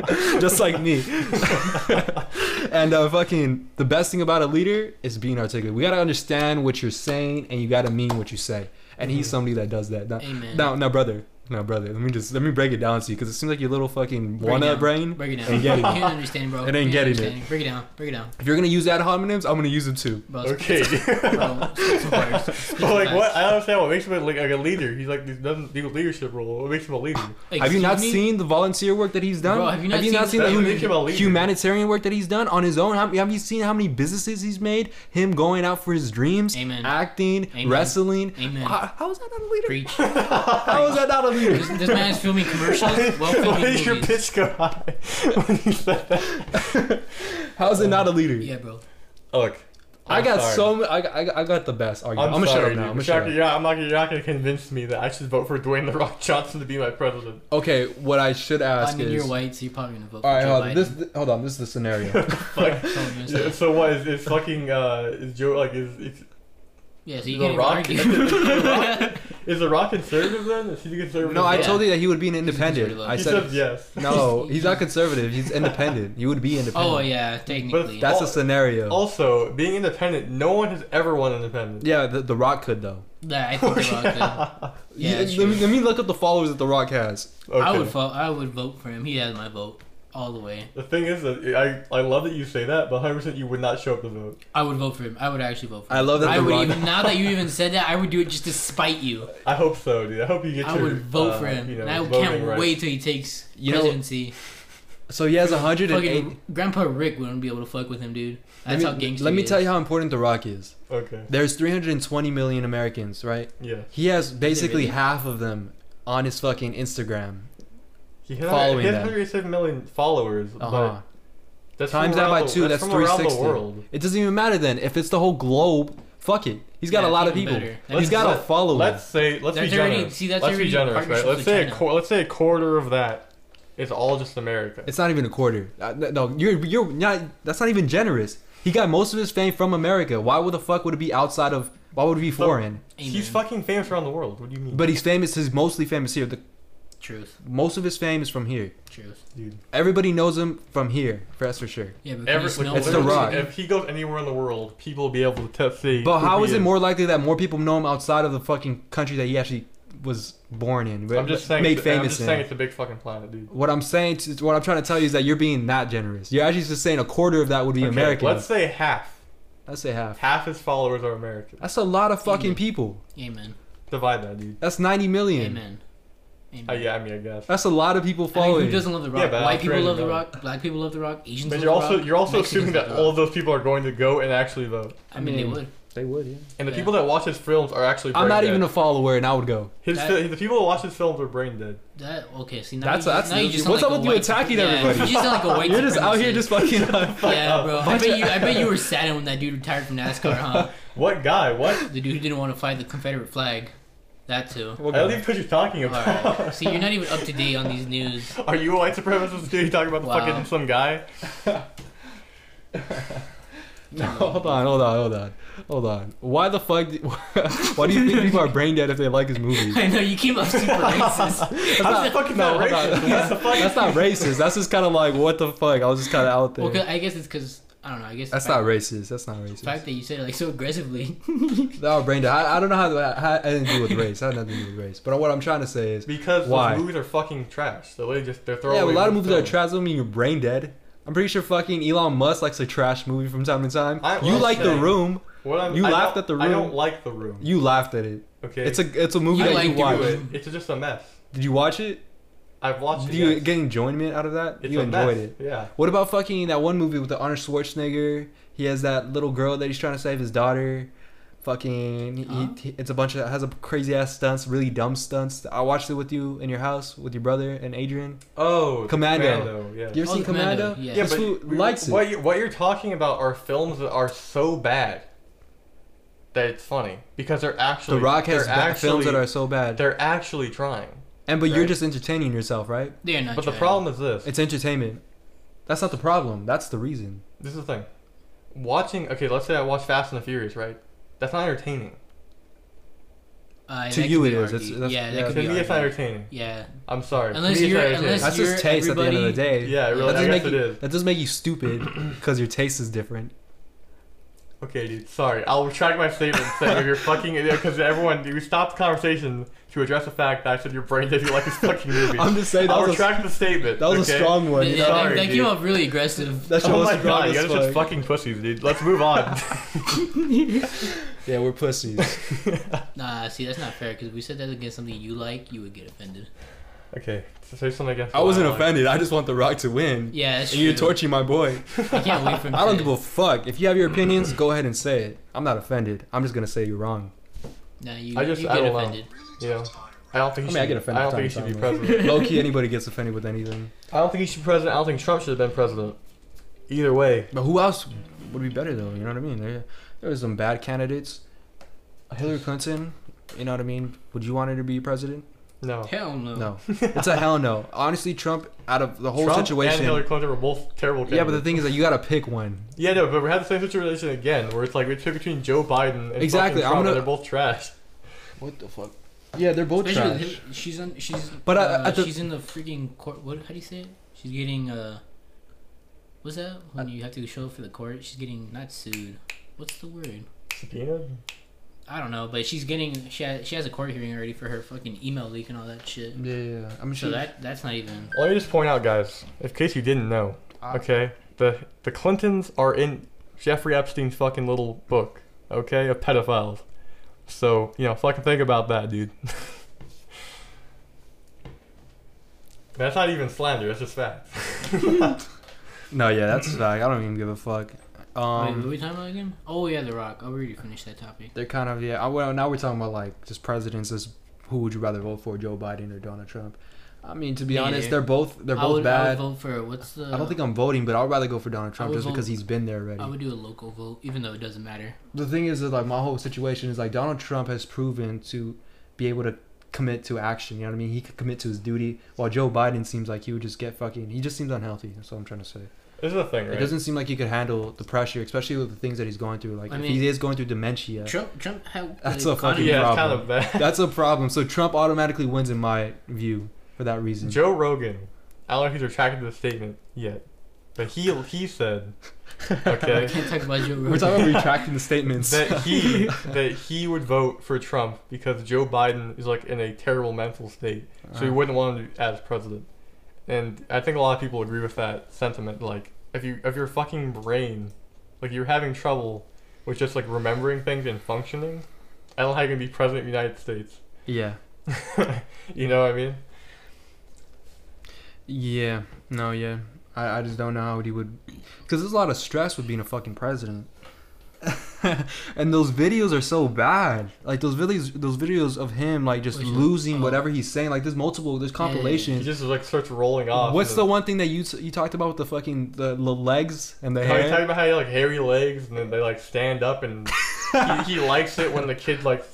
B: be- *laughs* just like me. and uh, fucking the best thing about a leader is being articulate. We gotta understand what you're saying, and you gotta mean what you say. And he's somebody that does that. Now,
A: Amen.
B: now, now, brother, No, brother. Let me just let me break it down to you because it seems like your little fucking
A: Break it
B: walnut
A: down.
B: brain.
A: Break it down.
B: Ain't getting
A: *laughs*
B: it.
A: You don't understand, bro.
B: It
A: You
B: ain't getting it.
A: don't understand. Break it down. Break it down.
B: If you're gonna use ad hominems, I'm gonna use them too.
A: Bro, it's-
C: Okay.
A: Bro, it's some bars. It's
C: *laughs* but like
A: some
C: what?
A: facts.
C: I don't understand what makes him like, like a leader. He's like he doesn't do leadership role. What makes him a
A: *laughs*
C: leader?
B: have you
A: Excuse
B: not
A: me?
B: seen the volunteer work that he's done?
A: Bro, have you not seen-
B: the
C: That's what
B: humi-
C: makes him a leader.
B: humanitarian work that he's done on his own? How, have you seen how many businesses he's made? Him going out for his dreams,
A: Amen.
B: acting,
A: Amen.
B: wrestling.
A: Amen.
B: How- how is that not a leader?
A: Preach.
B: How is that not a leader?
A: This, this man is filming commercials while
C: Why *laughs*
A: filming movies.
C: did your pitch go high *laughs* when you
B: *laughs*
C: said that?
B: How is it not a leader?
A: Yeah, bro.
C: Look,
B: I
C: I'm
B: got
C: sorry.
B: so ma- I, got- I, got- I got the best argument.
C: I'm,
B: I'm, gonna
C: sorry,
B: shut up
C: dude.
B: now. I'm gonna
C: You're
B: shut
C: not-
B: up.
C: you're, not, I'm not, you're not gonna convince me that I should vote for Dwayne the Rock Johnson to be my president.
B: Okay, what I should ask
A: I mean,
B: is.
A: you're white, so you're probably gonna vote.
B: all right,
A: for Joe
B: hold on.
A: Biden.
B: This, th- hold on. This is the scenario.
C: *laughs* Fuck.
A: That's all I'm gonna say.
C: Yeah, so what is, is fucking uh, is Joe like is is,
A: Yeah, so you
C: The
A: can't even
C: Rock- *laughs*
A: argue. *laughs*
C: is the Rock conservative then? Is he the conservative?
B: no, I
A: Yeah.
B: told you that he would be an
A: He's
B: independent.
A: a
B: I
C: He
B: said
C: *laughs* said yes.
B: no. He's not conservative. He's independent. You would be independent.
A: oh yeah, technically.
B: That's
C: Al-
B: a scenario.
C: Oh, Also, being independent, no one has ever won independent.
B: yeah, the, the Rock could though.
A: yeah, I
B: *laughs*
A: think the Rock. Though. Yeah,
B: Yeah,
A: that's
B: Oh, let, me,
A: true.
B: let me look up the followers that the Rock has.
C: Okay.
A: I would vote. I would vote for him. He has my vote all the way.
C: the thing is that I I love that you say that, but 100 percent you would not show up to vote.
A: I would vote for him. I would actually vote for him.
B: I love that
A: I
B: the
A: would
B: Rock.
A: even now that you even said that, I would do it just to spite
B: *laughs*
A: you.
C: I hope so, dude. I hope you get
A: I
C: your.
A: would vote
C: uh,
A: for him,
C: You know,
A: and I
C: voting
A: can't
C: rights.
A: wait till he takes
B: You know-
A: presidency.
B: so he has 108.
A: Fucking Grandpa Rick wouldn't be able to fuck with him, dude.
B: Let
A: That's how
B: me,
A: gangster.
B: let me
A: he
B: tell
A: is.
B: you how important the Rock is.
C: Okay.
B: There's 320 million Americans, right?
C: Yeah.
B: He has basically
A: really?
B: half of them on his fucking Instagram.
C: He has,
B: Following
C: he has
B: them.
C: 107 million followers.
B: Uh
C: But
A: Uh-huh.
B: huh.
C: that's
B: Times
C: from
B: that by
C: around the-
B: two, that's
C: from around
B: 360.
C: The world.
B: It doesn't even matter then. If it's the whole globe, fuck it. He's got
A: Yeah,
B: a lot of
A: even
B: people.
A: better. That
B: He's
A: means-
B: got a
C: let-
B: following.
C: Let's say let's
A: That's
C: be
A: already-
C: generous.
A: see, that's
C: let's be
A: already
C: generous, right?
A: partnerships
C: Let's
A: with
C: say a
A: China.
C: qu- let's say a quarter of that is all just America.
B: It's not even a quarter. Uh, th- no, you're you're not. That's not even generous. He got most of his fame from America. Why would the fuck would it be outside of? Why would it be
C: So-
B: foreign?
A: Amen.
C: He's fucking famous around the world. What do you mean?
B: But he's famous. He's mostly famous here. The,
A: Truth,
B: most of his fame is from here.
A: truth.
C: dude,
B: Everybody knows him from here. That's for sure.
A: Yeah, but
C: every,
A: can you smell
C: like,
B: It's The
A: what
C: literally,
B: Rock.
C: If he goes anywhere in the world, people will be able to t- see.
B: But
C: who
B: how
C: he
B: is it more likely that more people know him outside of the fucking country that he actually was born in?
C: I'm just saying.
B: Made
C: it's- I'm
B: famous
C: just
B: in.
C: saying it's a big fucking planet, dude.
B: What I'm saying, to, what I'm trying to tell you is that you're being not generous. You're actually just saying a quarter of that would be
C: Okay,
B: American.
C: Let's say half.
B: Let's say half.
C: Half his followers are American.
B: That's a lot of fucking
A: Amen.
B: people.
A: Amen.
C: Divide that, dude.
B: That's 90 million.
A: Amen. Amen.
C: Uh, yeah, I mean, I guess.
B: That's a lot of people
A: I mean,
B: following.
A: who doesn't love the
C: Yeah,
A: Rock?
C: but
A: White people
C: Australian
A: love the
C: don't.
A: Rock. Black people love the Rock. Asians
C: But
A: love
C: you're
A: the
C: also
A: Rock.
C: you're also
A: Mexicans love
C: assuming that
A: The
C: all
A: Rock.
C: of those people are going to go and actually vote,
A: I mean, they
B: Mm.
A: would.
B: They would, yeah.
C: and the
A: Yeah.
C: people that watch his films are actually.
B: I'm
C: brain
B: not
C: dead.
B: even a follower, and I would go.
C: His
A: That-
C: fi- the people that watch his films are brain dead.
A: That okay? See, now
B: That's-
A: you,
B: that's-
A: now you just sound
B: what's
A: like
B: up
A: a
B: with you
A: white-
B: attacking
A: yeah,
B: everybody?
A: You just sound like a white.
B: *laughs* You're just out here
A: supremacist.
B: just fucking. *laughs*
C: *laughs*
A: Yeah, bro. I
B: Bunch
A: bet
B: of-
A: you. I bet you
B: *laughs*
A: were sad when that dude retired from NASCAR, huh?
C: What guy? What?
A: The dude who didn't want to fly the Confederate flag. That too.
C: I don't even know what you're talking
A: All
C: about.
A: right. See, you're not even up to date on these news.
C: *laughs* Are you a white supremacist? Dude, you talking about the
A: Wow.
C: fucking some guy?
B: No, *laughs* hold on, hold on, hold on, hold on. Why the fuck? Do, *laughs* why do you think people are brain dead if they like
A: *laughs*
B: his
A: *laughs*
B: movies?
A: I know you came up
B: *laughs*
A: super racist.
B: That's
C: That's
B: not,
C: fucking
B: no,
C: not
B: hold on.
C: racist. That's the fucking.
B: that's not racist. That's just kind of like what the fuck. I was just kind of out there.
A: Well, 'cause- I guess it's because I don't know. I guess the
B: That's
A: fact,
B: not racist. That's not
A: the fact
B: racist.
A: that you said it like so aggressively. *laughs*
B: No, brain dead. I, I don't know how, to- how I didn't do with race. I had nothing to do with race. But what I'm trying to say is,
C: Because
B: Why?
C: those movies are fucking trash. They're literally just they're throwing.
B: yeah, a lot of movies that are trash don't mean you're brain dead. I'm pretty sure fucking Elon Musk likes a trash movie from time to time.
C: I-
B: you
C: well,
B: like The
C: okay.
B: Room.
C: What I'm,
B: You
C: I
B: laughed
C: don't-
B: at The
C: I
B: Room.
C: don't like the room.
B: You laughed at it.
C: okay,
B: It's a it's a movie
A: You
B: that
A: like
B: you
A: The
B: watched.
A: Room.
C: It's just a mess.
B: Did you watch it?
C: I've watched
B: Did
C: it.
B: you
C: yes.
B: get enjoyment out of that?
C: It's
B: you
C: a
B: enjoyed
C: mess.
B: it.
C: Yeah.
B: What about fucking that one movie with the Arnold Schwarzenegger? He has that little girl that he's trying to save his daughter. Fucking, he,
A: Huh?
B: he- it's a bunch of has a crazy ass stunts, really dumb stunts. I watched it with you in your house with your brother and Adrian.
C: Oh, the
B: Commando.
C: Commando. Yeah.
B: You ever
A: Oh,
B: seen Commando?
A: Commando, yeah.
C: yeah,
B: This
C: but
B: fool
C: we-
B: likes it.
C: what you, what you're talking about are films that are so bad that it's funny because they're actually
B: The Rock has
C: they're
B: ba- films that
C: actually-
B: are so bad,
C: they're actually trying.
B: and but you're
C: right.
B: just entertaining yourself, right?
A: They're not.
C: But the
A: trying.
C: problem is this.
B: It's entertainment. That's not the problem. That's the reason.
C: This is the thing. Watching okay, let's say I watch Fast and the Furious, right? That's not entertaining.
A: Uh,
B: To
A: that
B: you
A: could
B: it
A: be
B: is.
A: argued.
B: It's- that's-
A: yeah,
B: yeah.
A: that
C: To
A: could
C: me,
A: be.
C: it's not
A: argued.
C: entertaining.
A: Yeah.
C: I'm sorry. To
A: Unless
C: me, it's
A: you're-
C: not entertaining.
A: unless-
B: That's just
A: you're-
B: taste at the end of the
A: everybody-
B: day.
C: Yeah, it
B: That
C: really, I
B: doesn't
C: guess
B: make
C: it
B: you,
C: is.
B: that doesn't make you stupid because your taste is different.
C: Okay, dude. Sorry, I'll retract my statement. Saying if you're fucking, because everyone, we stopped the conversation to address the fact that I said your brain did you like this
B: *laughs*
C: fucking movie.
B: I'm just saying that
C: I'll
B: was, a,
C: retract the statement.
B: that was
C: okay?
B: a strong one.
A: Yeah,
B: you
A: that-
B: know?
A: that,
C: Sorry,
A: that
C: dude.
A: came off really
C: *laughs*
A: aggressive.
B: That shit
C: Oh
B: was
C: my
B: strong
C: god, you
B: as
C: guys are just
B: fuck.
C: fucking pussies, dude. Let's move on. *laughs*
B: Yeah, we're pussies. *laughs*
A: Nah, see, that's not fair because we said that against something you like, you would get offended.
C: okay, so say something against.
B: I wasn't
C: like.
B: offended. I just want The Rock to win.
A: Yeah, that's
B: and you're
A: true.
B: torching my boy.
A: I can't wait
B: *laughs*
A: for him.
B: I don't
A: to,
B: give a fuck. If you have your opinions, go ahead and say it. I'm not offended. I'm just gonna say you're wrong.
A: Nah, you,
C: I just-
A: you
C: I
A: get
C: don't know.
A: offended.
C: You know, I don't think.
B: I
C: He
B: mean, I
C: should,
B: get offended
C: don't think he
B: time
C: should
B: to
C: be
B: time,
C: president.
B: Low key, anybody gets offended with anything.
C: *laughs* I don't think he should be president. I don't think Trump should have been president. Either way,
B: But who else would be better though? You know what I mean? There, there was some bad candidates. Hillary Clinton. You know what I mean? Would you want her to be president?
C: no.
A: Hell no.
B: No, it's a hell no. Honestly, Trump. Out of the whole
C: Trump and Hillary
B: situation.
C: Clinton were both terrible.
B: Yeah, but the
C: candidates.
B: thing is that you gotta pick one.
C: yeah, no, but we had the same situation again, where it's like we took between Joe Biden and
B: Exactly,
C: fucking
B: I'm
C: Trump,
B: gonna-
C: and they're both trash. *laughs*
B: What the fuck? Yeah, they're both
A: Especially with Hillary- she's on. She's.
B: But, uh,
A: uh,
B: at the-
A: she's in the freaking court. What? How do you say it? She's getting. uh What's that? When you have to show up for the court, she's getting not sued. What's the word?
C: Subpoena?
A: I don't know, but she's getting. She has, she has a court hearing already for her fucking email leak and all that shit.
B: Yeah, yeah, yeah. I mean,
A: So
B: she,
A: that that's not even.
C: Let me just point out, guys, in case you didn't know,
B: Ah.
C: okay, the the Clintons are in Jeffrey Epstein's fucking little book, okay, of pedophiles. So you know, fucking think about that, dude. *laughs* That's not even slander. That's just fact.
B: no, yeah, that's like I don't even give a fuck.
A: Wait,
B: Um,
A: what are we talking about again? Oh yeah, The Rock. I already finished that topic.
B: They're kind of yeah. I, well, now we're talking about like just presidents. As who would you rather vote for, Joe Biden or Donald Trump? I mean, to be
A: Me
B: honest,
A: neither.
B: they're both they're
A: I
B: both
A: would, I
B: bad.
A: would vote for what's the.
B: I don't think I'm voting, but I'd rather go for Donald Trump
A: would
B: just
A: vote-
B: because he's been there
A: I
B: already.
A: would do a local vote, even though it doesn't matter.
B: The thing is that like my whole situation is like Donald Trump has proven to be able to commit to action. You know what I mean? He could commit to his duty, while Joe Biden seems like he would just get fucking. He just seems unhealthy. That's what I'm trying to say.
C: This is the thing,
B: It
C: right?
B: doesn't seem like he could handle the pressure, especially with the things that he's going through. Like
A: I
B: if
A: mean-
B: he is going through dementia.
A: Trump, Trump had
B: That's
A: the
B: a fucking
A: economy-
C: yeah, it's kind
B: problem.
C: of bad.
B: *laughs* That's a problem. So Trump automatically wins in my view for that reason.
C: Joe Rogan. I don't know if he's retracted the statement yet, but he
B: *laughs*
C: he said,
A: I
C: okay,
A: can't talk about Joe Rogan.
B: *laughs* We're talking about retracting the statements.
C: that he that he would vote for Trump because Joe Biden is like in a terrible mental state, so he
B: Uh,
C: wouldn't want him to, as president. And I think a lot of people agree with that sentiment. Like, if you if your fucking brain, like you're having trouble with just like remembering things and functioning, I don't know how you can be president of the United States.
B: yeah.
C: You know what I mean?
B: Yeah. No, yeah. I, I just don't know how he would. Because there's a lot of stress with being a fucking president. *laughs* and those videos are so bad. Like those videos, those videos of him like just
A: Which is-
B: losing
A: oh.
B: whatever he's saying. Like there's multiple, there's
A: Yeah, yeah, yeah.
C: He
B: compilations.
C: just like starts rolling off.
B: Mm. What's
C: and
B: the one thing that you you talked about with the fucking the, the legs and the
C: How he's talking
B: hair?
C: about how he like hairy legs and then they like stand
B: *laughs*
C: up and he, he likes it when the kid like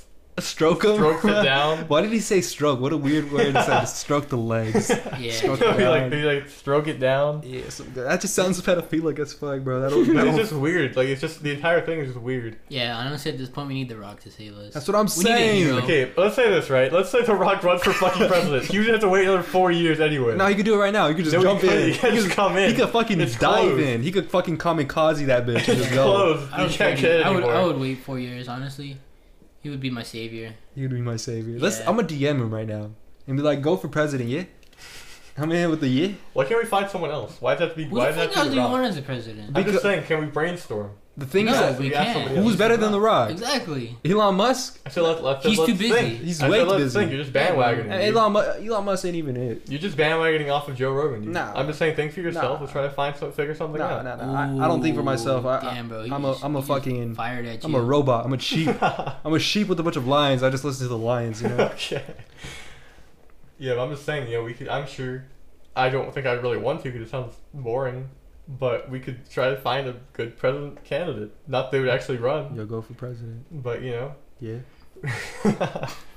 B: Stroke him.
C: strokes it down.
B: *laughs* Why did he say stroke? What a weird word to say. Stroke the
C: *laughs*
B: legs.
A: Yeah.
B: Stroke
C: He'll be like,
B: down.
C: they like stroke
B: *laughs*
C: it down.
B: Yeah, so that just sounds pedophilic as fuck, bro. That
C: *laughs* But
B: don't, that
C: it's
B: don't-
C: just weird. Like it's just the entire thing is just weird.
A: Yeah, honestly, at this point, we need The Rock to save us.
B: that's what I'm
A: We need a hero.
B: saying.
C: Okay, let's say this right. Let's say The Rock runs
B: *laughs*
C: for fucking president. He would have to wait another four years anyway.
B: No, he could do it right now. He could just
C: No, he
B: jump
C: couldn't.
B: in.
C: He can't *laughs* just come in.
B: He could fucking
C: It's
B: dive
C: closed.
B: in. He could fucking kamikaze that bitch and
C: *laughs* it's
B: just go.
C: closed.
A: I, don't
C: You can't
A: fucking-
C: get it
A: I would,
C: anymore.
A: I would wait four years, honestly. He would be my savior.
B: He'd be my savior. Let's.
A: Yeah.
B: I'm gonna DM him right now and be like, "Go for president, yeah." I'm in with the yeah.
C: Why can't we find someone else? Why does that be?
A: Who
C: Why
A: the fuck
C: does that
A: else do
C: be The
A: you
C: Rock?
A: want as a president?
C: I'm
B: Because-
C: just saying. Can we brainstorm?
B: The thing
A: No.
B: is
A: we can't.
C: ask somebody
B: that
C: else.
B: who's better than the Rock?
A: Exactly.
B: Elon Musk.
C: I said let's. let's
A: He's
C: let's
A: too busy.
C: think.
B: He's
C: I said,
B: way
C: let's
B: busy.
C: Think. You're just bandwagoning.
A: Yeah.
C: dude.
B: Elon, Mu- Elon Musk ain't even it.
C: You're just bandwagoning off of Joe Rogan. Dude.
B: Nah.
C: I'm just saying. Think for yourself. Let's try to find some, figure something
B: Nah,
C: out.
B: nah, nah. I, I don't think for myself. I,
A: Damn, bro. he
B: I'm a-
A: just-
B: I'm a
A: he just
B: fucking-
A: Fired at you.
B: I'm a robot. I'm a sheep.
A: *laughs*
B: I'm a sheep with a bunch of lions. I just listen to the lions, you know. *laughs*
C: okay. Yeah, but I'm just saying, you know, we could. I'm sure. I don't think I really want to because it sounds boring. But we could try to find a good president candidate. Not that they would actually run,
B: Yo, go for president.
C: but you know.
B: Yeah.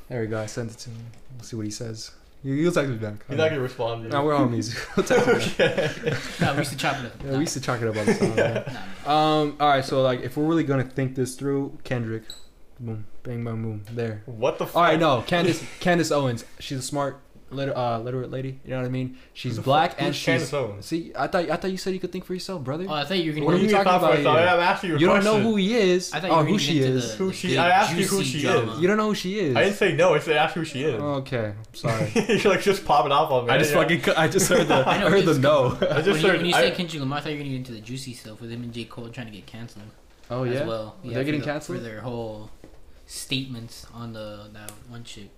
B: There we go. I sent it to him. We'll see what he says. You- You'll text me back.
C: He's not gonna respond. Dude.
B: No,
C: *laughs*
B: we're homies. *laughs* we'll text me back.
A: no, we used to chop it up.
B: *laughs* Yeah,
A: Nah,
B: we used to talk it up all the
A: *laughs*
B: time. man.
A: nah, nah.
B: Um. All right. So like, if we're really gonna think this through, Kendrick, boom, bang, bang, boom, there.
C: What the? Fuck?
B: All right. No, Candace, Candace Owens. She's a smart liter- uh, literate lady. You know what I mean? She's
C: the fuck-
B: black and
C: who's Candace
B: she's.
C: Owens?
B: See, I thought I thought you said you could think for yourself, brother.
A: Oh, I thought you were
B: What
A: gonna.
B: are
A: get-
B: you talking about
C: I thought-
B: here?
C: I'm asking you.
B: you don't know who he is
A: I thought you were
B: or who
A: gonna
B: she
A: get to
B: is.
A: the,
C: Who
A: the
C: she-
A: good,
C: I asked you who
A: juicy
C: she is.
A: drama.
B: You don't know who she is.
C: I didn't say no. I said ask who she is.
B: Okay, I'm *laughs* sorry.
C: *laughs* You're like just popping off on me.
B: I just
C: yeah.
B: fucking I just heard
A: *laughs*
B: the
A: I
B: I
A: know,
B: heard the
A: it's
B: no.
C: *laughs* I just
A: When you,
C: heard.
A: when you
C: I-
A: say Kendrick Lamar, I thought you were gonna get into the juicy stuff with him and J Cole trying to get canceled.
B: Oh
A: as
B: yeah.
A: well.
B: They're
A: for
B: getting
A: the-
B: canceled?
A: for their whole statements on the that one chick.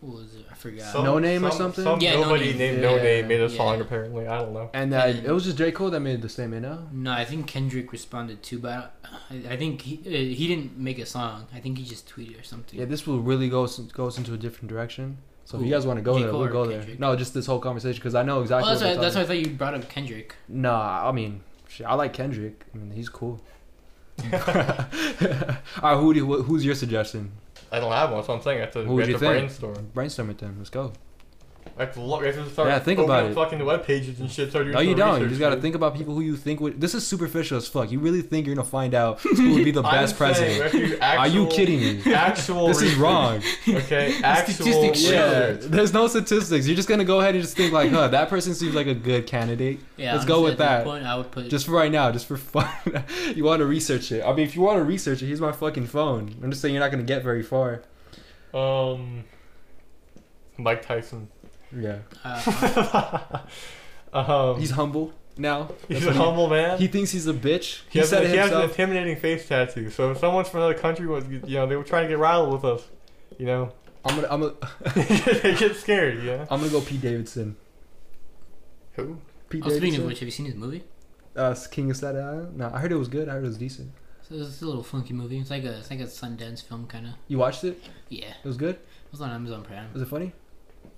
A: What was it? I forgot.
C: some-
B: No Name or
C: some-
B: something?
C: Some
A: Yeah, No
C: nobody
A: Name.
C: named No
B: Yeah,
C: Name made a song
A: yeah.
C: apparently. I don't know.
B: And uh,
A: And-
B: it was just J Cole that made the statement. No.
A: no, I think Kendrick responded too, but I, I think he uh, he didn't make a song. I think he just tweeted or something.
B: Yeah, this will really goes goes into a different direction. So if you
A: Who?
B: guys want to go
A: J.
B: there,
A: Cole
B: we'll
A: or
B: go there.
A: Kendrick?
B: No, just this whole conversation because I know exactly.
A: oh, that's
B: what
A: why,
B: they're
A: that's why I
B: talking
A: thought you brought up Kendrick.
B: about. Nah, I mean, shit, I like Kendrick. I mean, he's *laughs* cool. All right, who do you, who's your suggestion?
C: I don't have one. So I'm saying I have to,
B: Who
C: we
B: would
C: have
B: you
C: to
B: think?
C: brainstorm.
B: Brainstorm it then. Let's go.
C: I have to look. I have to start.
B: Yeah, think
C: opening
B: about
C: up
B: it.
C: Fucking web pages and shit. Start doing
B: No, you
C: some
B: don't. You
C: research,
B: just got to
C: dude.
B: think about people who you think would. This is superficial as fuck. You really think you're gonna find out who would be
C: *laughs*
B: the best
C: I'm saying
B: president?
C: if you
B: Are you
C: actual-
B: kidding
C: *laughs*
B: me?
C: Actual.
B: This is
C: research- *laughs*
B: wrong. *laughs*
C: Okay. Actual.
A: statistics show.
B: Yeah, *laughs*
C: research.
B: there's no statistics. You're just gonna go ahead and just think like, huh, that person seems like a good candidate.
A: Yeah,
B: Let's go
A: honestly,
B: with
A: at this
B: that.
A: Point, I would put
B: Just for right now, just for *laughs* fun. you want to research it? I mean, if you want to research it, here's my fucking phone. I'm just saying you're not gonna get very far.
C: Um. Mike Tyson. *laughs*
B: Yeah, *laughs*
A: uh,
C: Um,
B: he's humble now.
C: *laughs* he's
B: That's
C: a
B: what he-
C: humble man.
B: He thinks he's a bitch. He,
C: He, has,
B: said it
C: he has an
B: himself.
C: intimidating face tattoo. So if someone's from another country was, you know, they were trying to get rattled with us, you know, *laughs*
B: I'm gonna, I'm gonna,
C: they get scared. Yeah.
B: *laughs* I'm gonna go Pete Davidson.
C: Who?
B: Pete
A: oh, speaking of
B: Davidson.
A: which, have you seen his movie?
B: Uh, King of Staten Island. No, I heard it was good. I heard it was decent.
A: So it's a little funky movie. It's like a it's like a Sundance film kind of.
B: You watched it?
A: Yeah,
B: It was good.
A: it was on Amazon Prime.
B: Was it funny?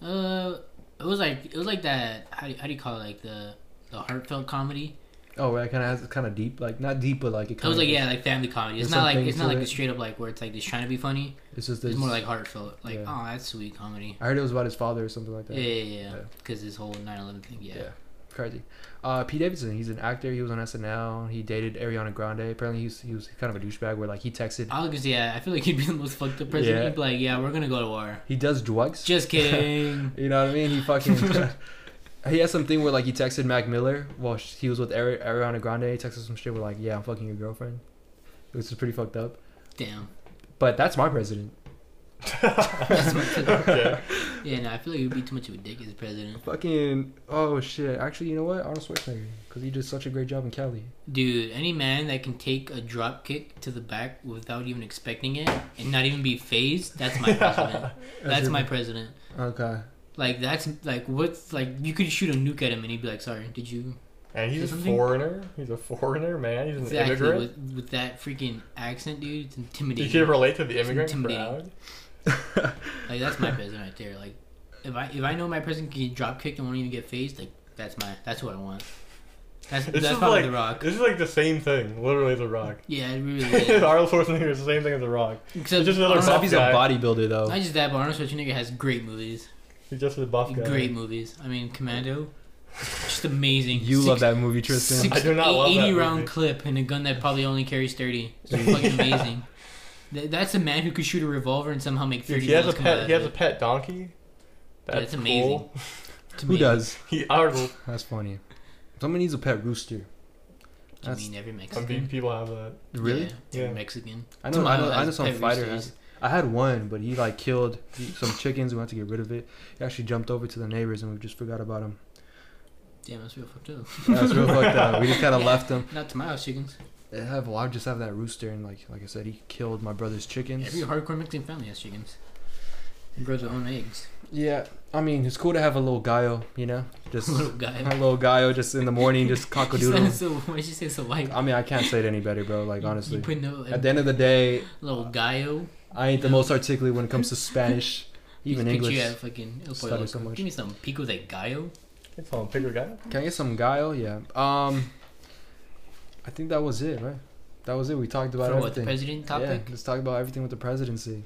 A: Uh, it was like it was like that. How do, how do you call it? Like the the heartfelt comedy.
B: Oh, right. Kind of has kind of deep, like not deep, but like it
A: It
B: kind
A: was
B: of.
A: like yeah, like family comedy. It's
B: There's
A: not like
B: some things
A: it's not
B: to
A: like
B: it.
A: a straight up like where it's like just trying to be funny.
B: It's just
A: It's
B: this.
A: more like heartfelt. Like
B: Yeah.
A: oh, that's sweet comedy.
B: I heard it was about his father or something like
A: Yeah,
B: that.
A: yeah, yeah.
B: Yeah.
A: Because this whole 9/11 thing. Yeah.
B: Yeah. Crazy. Uh, Pete Davidson, he's an actor. He was on SNL. He dated Ariana Grande. Apparently, he's he was kind of a douchebag. Where like he texted,
A: I was yeah. I feel like he'd be the most fucked up person.
B: Yeah.
A: He'd be like, yeah, we're gonna go to war.
B: he does drugs.
A: Just
B: *laughs*
A: kidding.
B: You know what I mean?
A: *laughs*
B: He fucking. *laughs* he has something where like he texted Mac Miller while sh- he was with Ari- Ariana Grande. He texted some shit where like, yeah, I'm fucking your girlfriend, which is pretty fucked up.
A: Damn.
B: But that's my president.
A: That's my
B: *laughs*
C: Okay.
A: Yeah, no, I feel like he'd be too much of a dick as president,
B: Fucking oh shit! Actually, you know what? Arnold Schwarzenegger, because he did such a great job in Cali.
A: dude. Any man that can take a drop kick to the back without even expecting it and not even be phased, that's my
C: *laughs*
A: president. That's my president.
B: Okay.
A: Like that's like what's like you could shoot a nuke at him and he'd be like, "Sorry, did you
C: And he's a
A: Something?
C: foreigner. He's a foreigner, man. He's an
A: exactly
C: immigrant.
A: with, with that freaking accent, dude? It's
C: You
A: intimidating.
C: can relate to the immigrant
A: intimidating.
C: crowd.
A: Like that's my president right there. Like if I if I know my president can get drop kicked and won't even get phased, like that's my that's what I want. That's
C: This
A: that's
C: is
A: probably
C: like-
A: the
C: *laughs*
A: Rock.
C: This is like the same thing, literally The Rock.
A: Yeah, it really. Is.
C: *laughs* Arnold Schwarzenegger is the same thing as The Rock.
A: Except
C: just another
A: Arnold-
B: Except he's a
C: guy.
B: bodybuilder though.
A: Not just that, but Arnold Schwarzenegger has great movies.
C: He's just a buff guy.
A: Great movies. I mean, Commando, just amazing.
B: You love that movie, Tristan.
C: I do not love that
A: round
C: movie.
A: clip and a gun that probably only carries thirty. It's fucking amazing. Th- That's a man who could shoot a revolver and somehow make
C: Dude,
A: thirty.
C: he has a
A: bullets come out
C: pet.
A: of
C: He has
A: it.
C: a pet donkey.
A: Yeah, it's amazing.
B: *laughs*
C: Cool.
A: It's
B: Who
A: amazing.
B: does?
C: *laughs* He Arnold.
B: That's funny. Someone needs a pet rooster.
A: I
B: That's
A: mean, every
C: I
A: Mexican.
C: mean, people have that.
B: really.
A: Yeah, every
C: Yeah.
A: Mexican.
B: I know. I know. I know some fighter. Has, I had one, but he like killed some chickens. We had to get rid of it. He actually jumped over to the neighbors, and we just forgot about him.
A: Damn, that's real fucked up.
B: That's real fucked up. We
A: *laughs*
B: just kind of
A: Yeah.
B: left him.
A: Not to my house, chickens.
B: I have. Well, I just have that rooster, and like like I said, he killed my brother's chickens.
A: Every hardcore Mexican family has chickens. He grows their own eggs.
B: Yeah, I mean, it's cool to have a little gallo, you know,
A: *laughs*
B: just a
A: Little
B: *laughs*
A: guy.
B: little gallo, just in the morning,
A: *laughs*
B: just
A: She sounded
B: cockadoodle.
A: so. Why did she say so white?
B: I mean, I can't say it any better, bro. Like
A: You-
B: honestly,
A: you put no
B: at the end of the day,
A: little gallo.
B: I ain't
A: *laughs*
B: the most articulate when it comes to Spanish, even
A: Just picture
B: English.
A: You at fucking El
B: Stutter
A: Pollo
B: so
A: Loco.
B: much.
A: Give me some pico de gallo.
C: It's on bigger guy.
B: Can I get some gallo? Yeah. Um, I think that was it, right? That was it. We talked about
A: For what the
B: everything.
A: president topic?
B: Yeah, just talk about everything with the presidency.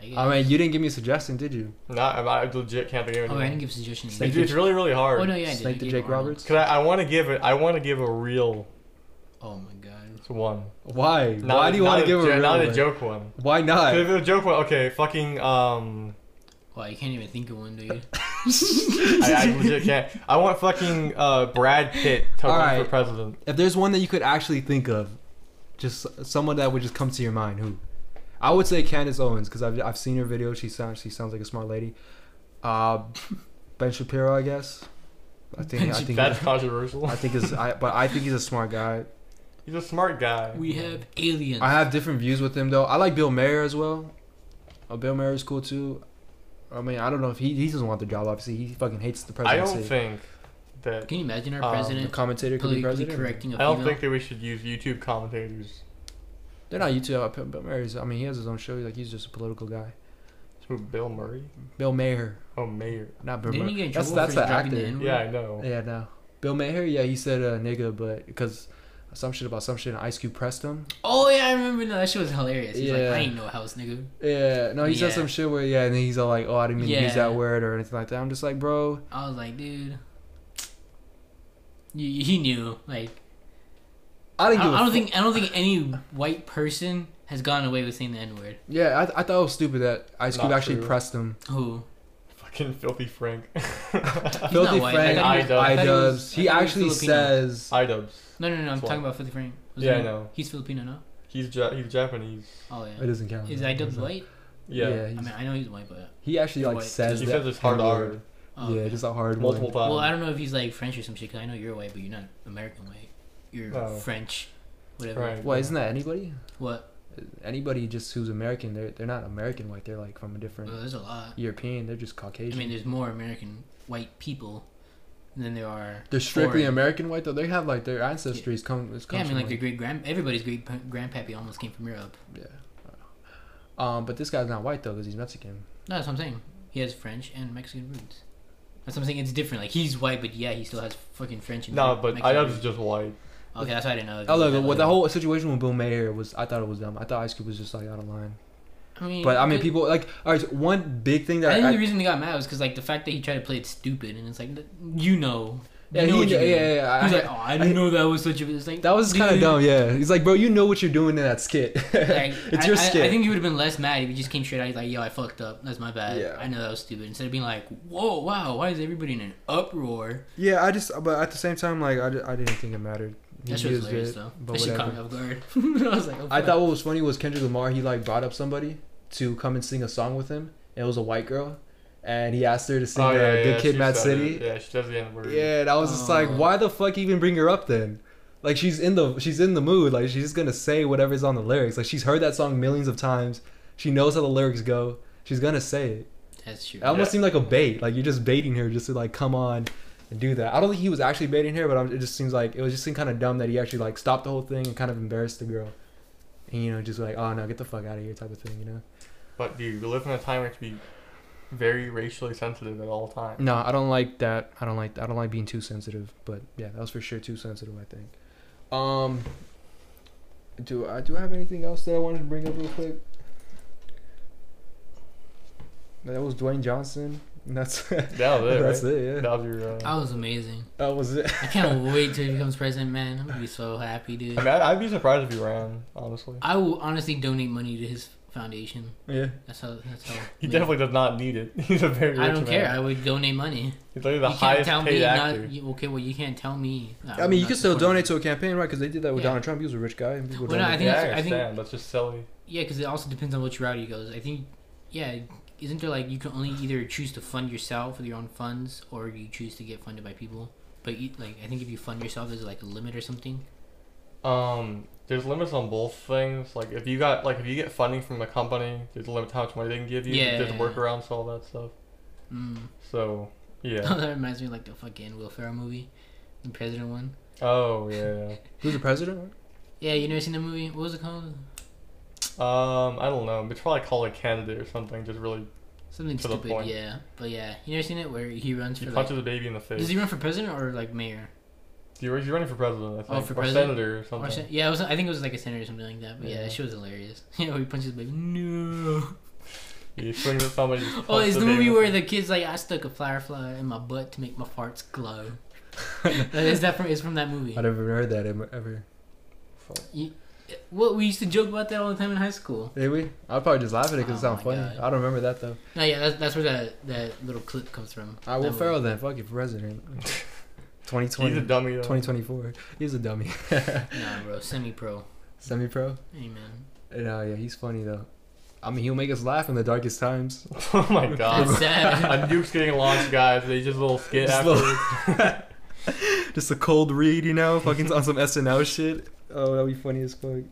A: I guess.
B: I mean, you didn't give me a suggestion, did you?
C: Not. I, I legit can't think of
A: oh, I didn't
C: anything.
A: give suggestions.
C: it's, it's really, really hard.
A: oh no, yeah, I did. I
B: Snake to
A: gave
B: Jake
A: Arnold.
B: Roberts.
C: Cause I, I want to give it. I want to give a real
A: Oh my god.
C: one.
B: Why?
C: Not-
B: Why do you want to
C: not
B: give
C: a,
B: a
C: jo-
B: real
C: Not a
B: one?
C: joke one.
B: Why
C: Cause
B: not?
C: if it was a joke one, okay, fucking um,
A: Wow, you can't even think of one,
B: *laughs*
A: dude.
C: I, I legit can't. I want fucking uh, Brad Pitt to
B: All
C: run
B: right.
C: for president.
B: If there's one that you could actually think of, just someone that would just come to your mind, who? I would say Candace Owens because I've, I've seen her video. She sounds she sounds like a smart lady. Uh, ben Shapiro, I guess. I think I think
C: That's controversial.
B: I think is I but I think he's a smart guy.
C: He's a smart guy.
A: We have aliens.
B: I have different views with him though. I like Bill Mayer as well. Uh, Bill Mayer is cool too. I mean, I don't know if he he doesn't want the job. Obviously, he fucking hates the
C: I
B: presidency.
C: don't think that.
A: Can you imagine our
C: Um,
B: the
A: president
B: commentator could be
A: politically
B: president.
A: correcting a
C: I don't
A: female?
C: think that we should use YouTube commentators.
B: They're not YouTube. uh, Bill Mayer is. I mean, he has his own show. Like he's just a political guy.
C: Who, Bill Murray?
B: Bill Mayer,
C: Oh, Mayor.
B: not Bill
A: Didn't
B: Murray.
A: he get in
B: That's
A: trouble
B: that's
A: for
B: the
A: dropping the
B: actor.
A: N-word?
C: Yeah, I know.
B: Yeah, no. Bill Mayer. Yeah, he said uh, nigga, but because some shit about some shit, and Ice Cube pressed him.
A: Oh yeah, I remember. No, that shit was hilarious. He's
B: Yeah.
A: like, I ain't no house nigga.
B: Yeah, no, he said
A: Yeah.
B: some shit where yeah, and then he's all like, oh, I didn't mean to use
A: Yeah.
B: that word or anything like that. I'm just like, bro,
A: I was like, dude, you, he knew. Like,
B: I
A: I,
B: didn't. give
A: I
B: a
A: don't
B: fuck.
A: think I don't think any white person has gotten away with saying the N word.
B: Yeah, I, I thought it was stupid that Ice Cube
C: Not
B: actually
C: true.
B: pressed him.
A: Who?
C: Fucking filthy Frank. *laughs*
A: He's
B: Filthy
A: not white.
B: Frank,
A: I
C: I
A: thought he was- I
B: I
C: Dubs.
A: thought he was-
B: dubs. He
A: I thought was
B: actually
A: Filipino.
B: says,
C: Idubs.
A: No, no, no. I'm
C: That's
A: talking
C: why.
A: about Filthy Frank.
C: Yeah,
A: he-
C: I know.
A: He's Filipino, no?
C: He's ja- he's Japanese.
A: Oh
B: it
A: yeah.
B: doesn't count.
A: Is I dub white?
C: Yeah.
B: Yeah,
A: I
B: he's-
A: mean, I know he's white, but
B: he actually like
A: White.
B: says
C: He
B: that.
C: says it's hard
B: N-word.
C: R
A: oh,
B: Yeah,
A: okay.
B: just a hard
C: multiple
B: one.
C: times.
A: well, I don't know if he's like French or some shit. Cause I know you're white, but you're not American white. You're
C: Oh.
A: French, whatever.
C: Right.
B: Well, isn't that anybody?
A: What?
B: Anybody just who's American, they're they're not American white. They're like from a different
A: Well, there's a lot.
B: European. They're just
A: Uh, I
B: Caucasian.
A: mean, there's more American white people than there are.
B: they're strictly
A: foreign.
B: American white though. They have like their ancestries come. It's
A: Yeah, I mean, like
B: from,
A: their great grand, everybody's great pa- grandpappy almost came from Europe.
B: yeah. Um, but this guy's not white though because he's Mexican.
A: No, that's what I'm saying. He has French and Mexican roots. That's what I'm saying. It's different. Like he's white, but yeah, he still has fucking French and
C: No, but
A: Mexican
C: Idubs is
A: roots.
C: just white.
A: Okay, that's why I didn't know.
B: Oh look, what the whole situation with Bill Mayer was, I thought it was dumb. I thought Ice Cube was just like out of line.
A: I mean,
B: But I mean,
A: the-
B: people like all right. so one big thing
A: I
B: that
A: think
B: I,
A: the reason they got mad was because like the fact that he tried to play it stupid, and it's like th- you know, you
B: yeah,
A: know
B: he,
A: what
B: yeah,
A: you're
B: yeah,
A: doing.
B: yeah, yeah, I-
A: He's like, oh, I didn't
B: I-
A: know that was such a. It's like
B: that was kind of
A: dude,
B: dumb. Yeah, he's like, bro, you know what you're doing in that skit.
A: Like,
B: *laughs* it's
A: I,
B: your
A: I-
B: skit.
A: I, think you would have been less mad if you just came straight out. He's like, yo, I fucked up. That's my bad.
B: Yeah.
A: I know that was stupid. Instead of being like, whoa, wow, why is everybody in an uproar?
B: yeah, I just, but at the same time, like, I, di- I didn't think it mattered. He
A: That shit was
B: used
A: hilarious
B: it,
A: though.
B: but
A: That shit caught me
B: whatever.
A: off guard. *laughs* I was like, oh,
B: I
A: fuck.
B: thought what was funny was Kendrick Lamar. He like brought up somebody to come and sing a song with him, and it was a white girl, and he asked her to sing uh, "Good Kid,
C: Oh, she
B: Mad
C: said
B: City."
C: it. Yeah, she does the N word.
B: Yeah, and I was just like,
A: Oh.
B: why the fuck even bring her up then? Like she's in the she's in the mood. Like she's just gonna say whatever's on the lyrics. Like she's heard that song millions of times. She knows how the lyrics go. She's gonna say it.
A: that's true.
B: It almost
C: Yeah.
B: seemed like a bait. Like you're just baiting her just to like come on and do that. I don't think he was actually baiting her, but I'm, it just seems like it was just seemed kind of dumb that he actually like stopped the whole thing and kind of embarrassed the girl. And you know, just like, oh no, get the fuck out of here type of thing. You know?
C: But dude, we live in a time where you have to be very racially sensitive at
B: *laughs*
C: all times.
B: No, I don't like that. I don't like I don't like being too sensitive. But yeah, that was for sure too sensitive. I think. Um. Do I do I have anything else that I wanted to bring up real quick? That was Dwayne Johnson. And that's *laughs*
C: That was it.
B: that's
C: right?
B: it. Yeah,
C: That was your. Uh,
A: That was amazing.
B: that was it. *laughs*
A: I can't
C: *laughs*
A: wait till he becomes president, man. I'm gonna be so happy,
C: I
A: dude.
C: mean, I'd, I'd be surprised if he ran. Honestly,
A: I will honestly donate money to his foundation.
B: Yeah.
A: That's how. That's
C: *laughs*
A: how.
C: he definitely does not need it. *laughs* He's a very rich
A: I don't
C: man.
A: care. I would donate money.
C: He's literally the
A: you can't
C: highest
A: tell
C: paid
A: me
C: actor.
A: not. You, okay, well, you can't tell me. that
B: I
A: would
B: mean, you
A: not
B: can still
A: support
B: donate
A: him.
B: to a campaign, right? Because they did that with
A: Yeah.
B: Donald Trump. He was a rich guy, and people
A: Well, no, I
B: donated.
A: think
C: yeah, I
A: that's- I think-
C: understand. That's just silly.
A: Yeah, because it also depends on which route he goes. I think, yeah, isn't there like you can only either choose to fund yourself with your own funds, or you choose to get funded by people. But you, like, I think if you fund yourself, there's like a limit or something.
C: Um, there's limits on both things. Like if you got like if you get funding from the company, there's a limit to how much money they can give you.
A: Yeah.
C: There's workarounds to all that stuff.
A: Mm.
C: So yeah.
A: *laughs* that reminds me of like the fucking Will Ferrell movie, the President one.
C: oh yeah.
B: Who's the president?
A: Yeah, you never seen that movie? What was it called?
C: Um, I don't know. It's probably called a candidate or something. Just really
A: Something
C: To the
A: stupid.
C: point.
A: Yeah, but yeah, you never seen it where he runs
C: he
A: for like.
C: punches a baby in the face.
A: Does he run for president or like mayor?
C: You're, you're running for president, I think,
A: Oh, for
C: or
A: president?
C: senator or
A: Or
C: something.
A: sen- yeah, it was, I think it was like a senator or something like that. But yeah,
C: Yeah.
A: that shit was hilarious. *laughs* you know, he punches the baby. No.
C: you swing at *laughs* somebody.
A: *laughs*
C: just
A: Oh,
C: punch
A: it's the
C: baby
A: movie
C: in
A: where
C: face.
A: the kid's like, I stuck a firefly in my butt to make my farts
C: *laughs*
A: glow. Like, is that from? It's from that movie.
B: I never heard that ever. ever.
C: Fuck.
A: You- What we used to joke about that all the time in high school.
B: Did we? I'd probably just laugh at it because it
A: Oh
B: sounds
A: my
B: funny.
A: God.
B: I don't remember that though.
A: No, yeah, that's, that's where that that little clip comes from.
B: I
A: That
B: Ah, Will
A: one.
B: Ferrell then. Fuck you, for
C: *laughs*
B: president.
C: He's a
B: 2020.
C: dummy. Though.
B: 2024. He's a dummy. *laughs*
A: Nah, bro, semi-pro.
B: Semi pro.
A: Hey, man.
B: No, uh, yeah, he's funny though. I mean, he'll make us laugh in the darkest times.
C: *laughs*
B: *laughs*
C: oh my god.
A: That's sad.
C: *laughs* A nuke's getting launched, guys. They just a little skit
B: Just a
C: afterwards.
B: little- Just a cold read, you know, fucking on some *laughs* SNL shit. Oh, that'd be funny as fuck. That'd be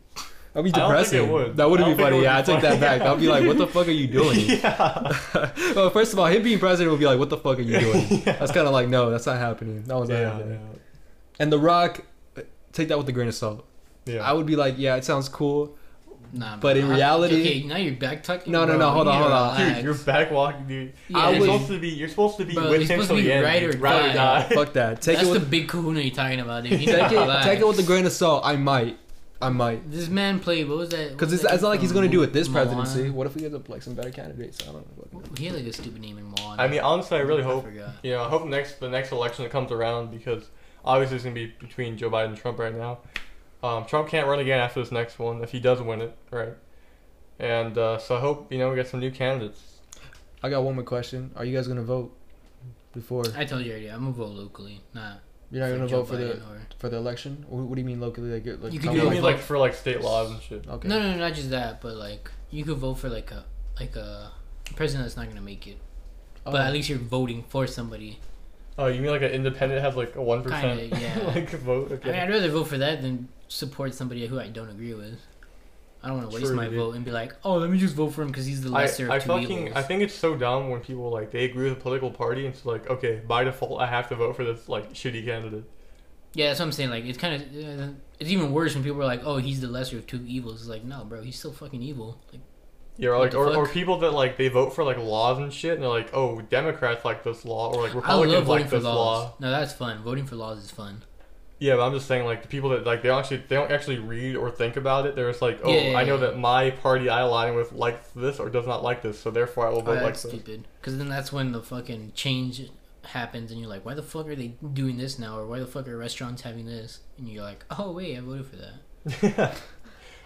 C: I don't think
B: depressing.
C: it would.
B: That wouldn't
C: I
B: be
C: don't think it
B: funny.
C: would
B: yeah,
C: be
B: I take that
C: funny.
B: back. I'll be like, what the fuck are you doing?
C: *laughs*
A: *laughs*
C: yeah.
B: *laughs* well, first of all, him being president would be like, what the fuck are you doing?
C: *laughs* Yeah.
B: That's kind of like, no, that's not happening. That was
C: *laughs*
B: not
C: Yeah,
B: happening.
C: yeah.
B: And The Rock, uh, take that with a grain of salt.
C: Yeah.
B: I would be like, yeah, it sounds cool.
A: Nah,
B: But
A: bro,
B: in
A: I-
B: reality-
A: okay, now you're back talking.
B: No, no,
A: bro,
B: no, hold
A: you
B: on,
A: gotta
B: hold on.
A: relax.
C: Dude, you're back walking, dude.
A: Yeah,
C: you're
A: dude,
C: supposed to be. You're supposed to be
A: Bro,
C: with
A: you're
C: him
A: supposed
C: till
A: to
C: the
A: be
C: end.
A: ride
C: dude.
A: or
C: ride
A: die.
C: or die.
B: Fuck
A: *laughs*
B: that. Take
A: that's
B: it
A: the
B: with
A: big kahuna you're talking about. Dude. You need to
B: *laughs* take it,
A: relax.
B: take it with a grain of salt. I might, I might.
A: This man played. What was that?
B: Because it's,
A: it's
B: it's not like he's gonna do it this presidency. What if we get up like some better candidates? I don't know.
A: He had like a stupid name in Moana.
C: *laughs* I mean, honestly, I really hope.
A: forgot.
C: You know, I hope next the next election that comes around because obviously it's gonna be between Joe Biden and Trump right now. Um, Trump can't run again after this next one if he does win it, right? And uh, so I hope you know we get some new candidates.
B: I got one more question. Are you guys gonna vote before?
A: I told you already. I'm gonna vote locally. Nah.
B: You're not
A: for
B: gonna
A: Joe
B: vote for
A: Biden
B: the
A: or-
B: for the election? Wh- What do you mean locally? Like, it- like
A: You
B: how
A: could
C: You
A: do
B: many
A: it
C: know,
A: like-
B: people-
C: like for like state laws and shit.
B: okay.
A: No, no, no, not just that, but like you could vote for like a like a president that's not gonna make it,
B: Oh,
A: but at least you're voting for somebody.
C: Oh, you mean like an independent has like a one percent
A: Kinda,
C: *laughs*
A: yeah.
C: like vote? Okay.
A: I mean, I'd rather vote for that than support somebody who I don't agree with. I don't want to waste
C: True,
A: my
C: dude.
A: vote and be like, oh, let me just vote for him because he's the
C: I,
A: lesser
C: I
A: of two
C: fucking
A: evils.
C: I think it's so dumb when people like they agree with a political party and it's like okay by default I have to vote for this like shitty candidate.
A: yeah, that's what I'm saying. Like, it's kind of uh, it's even worse when people are like, oh, he's the lesser of two evils. It's like, no, bro, he's still fucking evil. Like,
C: Yeah, or
A: What
C: like
A: the
C: or, or
A: fuck?
C: people that like they vote for like laws and shit and they're like oh Democrats like this law or like
A: I love
C: Republicans
A: voting
C: like
A: for
C: this
A: laws.
C: law.
A: No, that's fun. Voting for laws is fun.
C: Yeah, but I'm just saying like the people that like they don't actually they don't actually read or think about it. They're just like oh
A: Yeah, yeah,
C: I know
A: yeah.
C: that my party I align with likes this or does not like this, so therefore I will
A: Oh,
C: vote like
A: that's
C: this.
A: stupid. Because then that's when the fucking change happens, and you're like, why the fuck are they doing this now, or why the fuck are restaurants having this? And you're like, oh wait, I voted for that.
C: *laughs*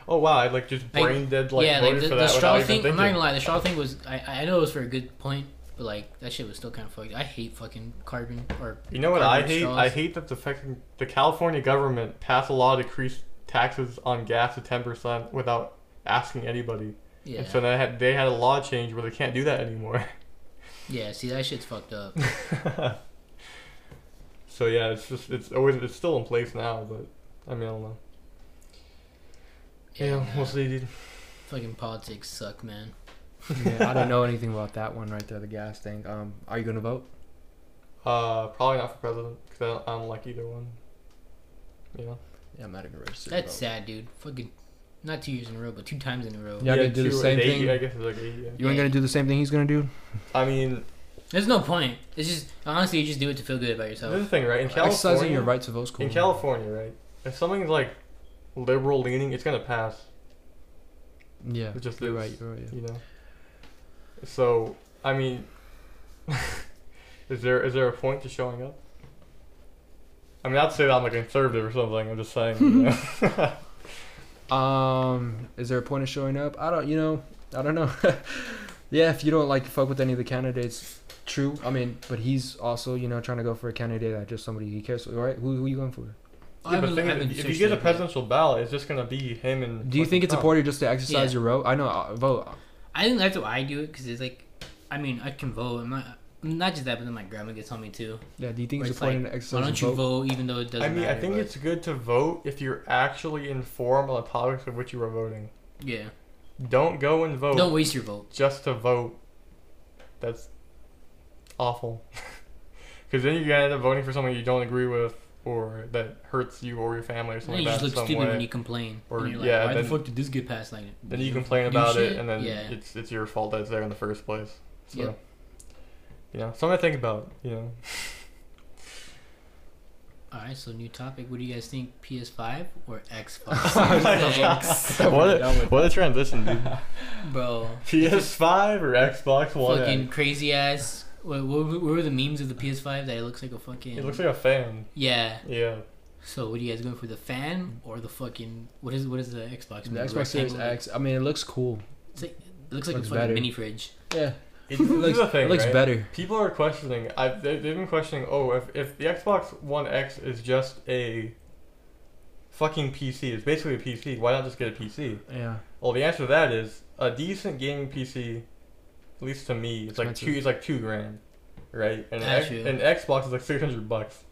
C: Oh wow, I like just
A: Like,
C: brain dead like
A: yeah,
C: voted
A: like the,
C: for
A: the
C: that without
A: straw
C: even
A: thing. I'm
C: thinking.
A: not gonna lie, the straw thing was. I I know it was for a good point, but like that shit was still kind of fucked. I hate fucking carbon or.
C: You know what I
A: carbon
C: hate?
A: straws.
C: I hate that the fucking the California government passed a law to increase taxes on gas to ten percent without asking anybody.
A: Yeah.
C: And so they had they had a law change where they can't do that anymore. *laughs*
A: yeah. See, that shit's fucked up.
C: so yeah, it's just it's always it's still in place now, but I mean I don't know. Yeah,
A: And, uh,
C: we'll see, dude.
A: Fucking politics suck, man.
B: yeah, I don't know anything about that one right there, the gas thing. Um, are you gonna vote?
C: Uh, probably not for president because I don't, I don't like either one. You know.
B: Yeah, I'm not gonna register. to
A: That's
B: vote.
A: sad, dude. Fucking, not two years in a row, but two times in a row.
B: Yeah, I could do the
C: two-
B: same
C: they-
B: thing.
C: I guess it's like eight, yeah.
B: You ain't gonna do the same thing he's gonna do.
C: I mean,
A: There's no point. It's just honestly, you just do it to feel good about
C: this is the
A: yourself.
C: thing, right? In California,
B: Exercising your right to vote's cool.
C: In California, right? If something's like liberal leaning, it's gonna pass.
B: Yeah,
C: It just
B: you're
C: is.
B: right. You're right. yeah.
C: You know. So I mean, *laughs* is there is there a point to showing up? I mean, not to say that I'm a conservative or something. I'm just saying. You know?
B: *laughs* Um, is there a point of showing up? I don't. You know, I don't know. *laughs* yeah, if you don't like fuck with any of the candidates, true. I mean, but he's also you know trying to go for a candidate that just somebody he cares. for, Right? Who who you going for?
A: I
C: yeah, but
A: haven't-
C: the
A: I
C: thing is,
A: haven't
C: if you
A: searched
C: get
A: it
C: a
A: up yet.
C: presidential ballot, it's just gonna be him and.
B: Do you think
C: fucking
B: it's
C: Trump.
B: important just to exercise
A: Yeah.
B: your vote? I know. Uh, vote.
A: I think that's why I do it because it's like, I mean, I can vote. I'm not. Not just that, but then my grandma gets on me too.
B: Yeah. Do you think
A: Where
B: it's
A: it's like,
B: important to
A: Why
B: exercise
A: don't
B: your
A: you
B: vote?
A: vote even though it doesn't
C: I mean,
A: matter?
C: I think
A: but-
C: it's good to vote if you're actually informed on the topics of which you are voting.
A: yeah.
C: Don't go and vote
A: Don't waste your vote.
C: just to vote. That's awful. *laughs* Because then you're gonna end up voting for someone you don't agree with, or that hurts you or your family or
A: Then
C: something
A: you
C: like
A: just
C: that.
A: look
C: Some
A: stupid when
C: way.
A: you complain.
C: Or-
A: and you're like,
C: yeah,
A: why
C: then-
A: the fuck did this get passed? Like,
C: Then
A: did
C: you
A: the
C: complain
A: new
C: about it,
A: shit?
C: and then
A: yeah,
C: it's it's your fault that it's there in the first place. So,
A: Yeah.
C: you know, something to think about.
A: *laughs*
C: You know,
A: all right. So new topic. What do you guys think? PS Five or
B: *laughs*
C: *laughs* Oh my
A: Xbox?
C: what a, what a
A: *laughs*
C: transition, dude.
A: Bro,
C: PS5 or Xbox One?
A: fucking
C: X?
A: crazy ass. What, what, what were the memes of the PS Five that it looks like a fucking?
C: It looks like a fan.
A: yeah.
C: Yeah,
A: So what are you guys going for? The fan or the fucking what is what is the Xbox?
B: The
A: made of?
B: Xbox Series
A: Rectangular?
B: X. I mean, it looks cool.
A: It's like, it looks like
B: Looks
A: a fucking
B: better.
A: mini fridge.
B: Yeah,
C: It,
B: it
C: *laughs*
B: looks, it looks better.
C: People are questioning. I've, they, they've been questioning. Oh, if, if the Xbox One X is just a fucking PC, it's basically a PC. Why not just get a PC?
B: Yeah,
C: Well, the answer to that is a decent gaming PC, at least to me, it's like two.
B: Expensive.
C: It's like two grand, right? And an,
A: That's
C: X,
A: true.
C: an Xbox is like six hundred bucks.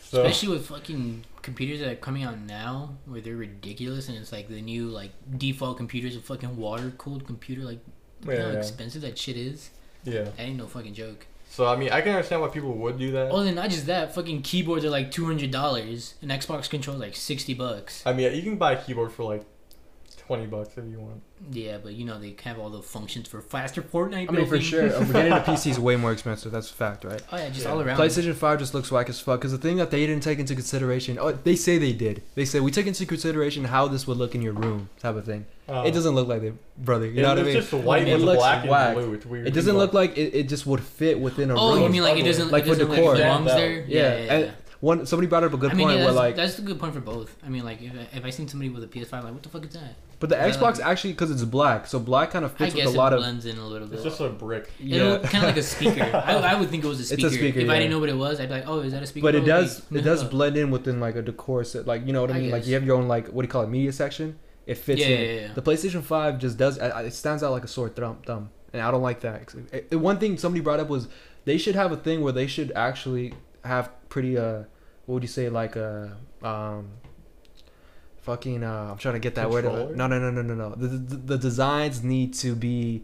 C: So
A: Especially with fucking computers that are coming out now, where they're ridiculous, and it's like the new like default computers, a fucking water cooled computer. Like, you know how
C: yeah,
A: expensive that shit is.
C: yeah.
A: That ain't no fucking joke.
C: So I mean, I can understand why people would do that.
A: Oh, then not just that, fucking keyboards are like two hundred dollars, and Xbox controls like sixty bucks.
C: I mean, yeah, you can buy a keyboard for like twenty bucks if you want.
A: Yeah, but you know they have all the functions for faster Fortnite.
B: I mean for
A: building.
B: sure. uh,
A: *laughs*
B: Getting a PC is way more expensive. That's a fact, right?
A: Oh yeah, just
C: Yeah.
A: all around.
B: PlayStation 5 just looks whack as fuck because the thing that they didn't take into consideration, oh, they say they did. They say we took into consideration how this would look in your room, type of thing.
C: Uh,
B: It doesn't look like it, brother. You
C: it-
B: know what I
C: it's
B: mean?
C: just white
A: Oh. It
C: with
B: looks
C: black
B: whack.
C: and blue. It's weird.
B: It doesn't look like it, it just would fit within a
A: Oh,
B: room.
A: you mean like it doesn't
B: Like
A: it
B: for
A: doesn't,
B: decor.
A: Like, belongs
C: Yeah,
A: there?
B: yeah,
A: yeah, yeah.
B: and one somebody brought up a good
A: I mean,
B: point
A: yeah,
B: where
A: that's,
B: like,
A: that's a good point for both. I mean, like if I- if I seen somebody with a PS5, like what the fuck is that?
B: but the
A: yeah,
B: Xbox actually because it's black, so black kind of
A: I
B: fits with
A: guess
B: a
A: it
B: lot of
A: blends in a little bit.
C: It's just a brick.
A: It'll
B: yeah.
A: kind of like a
B: *laughs*
A: speaker. I, I would think it was a
B: It's a
A: speaker.
B: speaker,
A: if I
B: yeah.
A: didn't know what it was, I'd be like, oh, is that a speaker?
B: But
A: Oh,
B: it
A: wait,
B: does
A: no.
B: it
A: *laughs*
B: does blend in within like a decor set, like you know what I
A: I
B: mean? Like you
A: guess.
B: have your own like what do you call it media section? It fits
A: Yeah,
B: in.
A: yeah, yeah, yeah.
B: The PlayStation Five just does I- I- it stands out like a sore thumb, thumb and I don't like that. It- it- one thing somebody brought up was they should have a thing where they should actually have pretty uh what would you say like a um fucking uh I'm trying to get that word out.
C: Controller?
B: no no no no no no the, the the designs need to be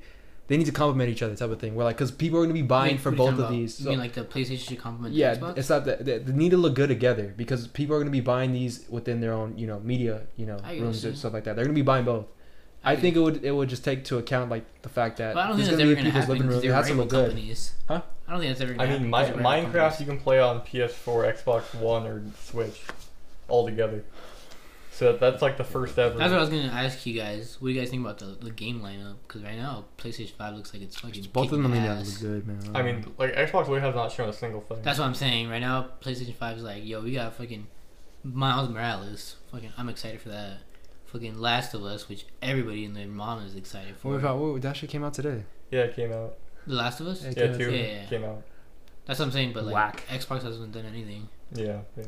B: they need to complement each other type of thing. Where like because people are gonna be buying
A: Wait,
B: for
A: what are you
B: both of
A: talking about?
B: these.
A: You
B: so-
A: mean like the PlayStation should complement
B: yeah,
A: the Xbox?
B: it's not that they, they need to look good together because people are going to be buying these within their own, you know, media, you know,
A: I
B: rooms
A: see.
B: and stuff like that. They're going to be buying both. I think it would it would just take to account like the fact that
A: But I don't
B: there's
A: think that's
B: gonna
A: ever gonna happen because
B: It
A: they're
B: has to
A: rival
B: look good.
A: companies.
B: Huh?
A: I don't think that's ever. Gonna
C: I
A: happen
C: mean, Mi-
A: because they're rival
C: Minecraft
A: companies.
C: you can play on PS4, Xbox One, or Switch, all together. So that- that's like the first ever.
A: That's what I was gonna ask you guys. What do you guys think about the, the game lineup? Because right now, PlayStation Five looks like it's fucking
B: Both of
A: kicking
B: them need to
A: ass.
B: look good, man.
C: I mean, like Xbox really has not shown a single thing.
A: That's what I'm saying. Right now, PlayStation 5 is like, yo, we got fucking Miles Morales. Fucking, I'm excited for that. Fucking Last of Us, which everybody and their mom is excited
B: what
A: for.
B: about what, that shit came out today?
C: yeah, it came out.
A: the Last of Us?
B: It
C: Yeah,
B: came out
C: two
A: Yeah,
B: today.
A: yeah.
C: came out.
A: That's what I'm saying, but like,
B: Whack.
A: Xbox hasn't done anything.
C: Yeah, yeah.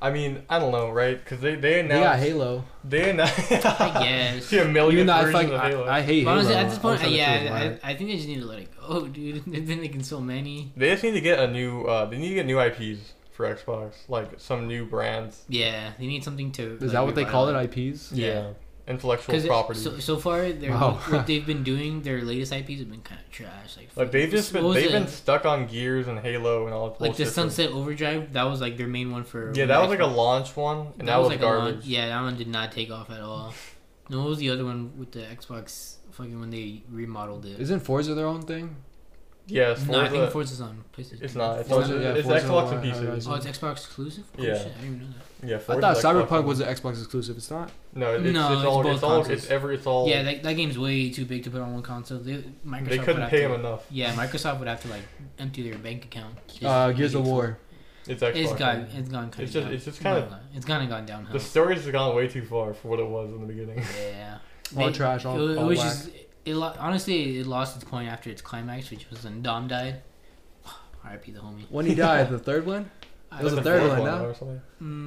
C: I mean, I don't know, right? Because they they
B: They got
C: announced
B: Halo.
C: they
A: *laughs*
C: announced
A: I
B: *laughs*
C: *laughs*
A: guess.
C: see a million
B: Even though I,
C: versions
B: fucking,
C: of Halo.
B: I, I hate
A: But
B: Halo.
A: honestly, at this
B: I
A: point,
B: wish I would've chose
A: yeah,
B: mine.
A: I, I think I just need to let it go, *laughs* dude. They've been making so many.
C: they just need to get a new. Uh, they need to get new IPs for Xbox, like some new brands.
A: Yeah, they need something to.
B: Is that what they call it? IPs?
A: Yeah.
C: Intellectual
A: Because
C: property.
A: so, so far, they're,
B: Wow.
A: what,
B: *laughs*
A: what they've been doing, their latest IPs have been kind of trash. Like,
C: like they've
A: fucking-
C: just been
A: what was
C: they've
A: it?
C: been stuck on Gears and Halo and all
A: like
C: that
A: the
C: bullshit for-
A: Sunset Overdrive, that was like their main one for.
C: Yeah, that was like a launch one, and that, was,
A: like a
C: garbage.
A: launch- yeah, that one did not take off at
C: *laughs*
A: all. No, what was the other one with the Xbox? Fucking when they remodeled it.
B: Isn't Forza their own thing?
C: yeah, it's
A: no, I think
C: Forza-
A: Forza's on PlayStation.
C: It's not. It's,
B: Forza-
C: on,
B: yeah,
C: it's
B: Forza
C: Xbox and
B: Horizon.
C: PC.
A: Oh, it's Xbox exclusive. Oh,
C: Yeah.
A: shit, I didn't even know that.
C: Yeah,
B: I
C: Forza's
B: thought
C: Xbox
B: Cyberpunk
C: only.
B: was an Xbox exclusive. It's not.
C: No, it's,
A: No,
C: it's,
A: it's
C: all.
A: both
C: It's all.
A: consoles.
C: It's every. It's all.
A: Yeah, that, that game's way too big to put on one console. They, Microsoft
C: they
A: would
C: couldn't
A: have
C: pay
A: to,
C: him enough.
A: Yeah, Microsoft would have to like empty their bank account.
B: Uh, Gears of War.
C: It's Xbox.
A: It's gone.
C: only.
A: It's gone. Kind
C: It's
A: of
C: just- it's just
A: down.
C: kinda-
A: It's kind of gone downhill.
C: The stories have gone way too far for what it was in the beginning.
A: Yeah.
B: All
A: They-
B: trash. All,
A: it, was- it
B: all
A: was
B: whack.
A: just it lo- honestly it lost its point after its climax, which was when Dom *sighs* died. R.I.P. the homie.
B: When
A: *laughs*
B: he died, the third one?
A: I,
B: It was
C: Like
B: the
A: don't
B: third
C: fourth
B: one, no?
C: or something.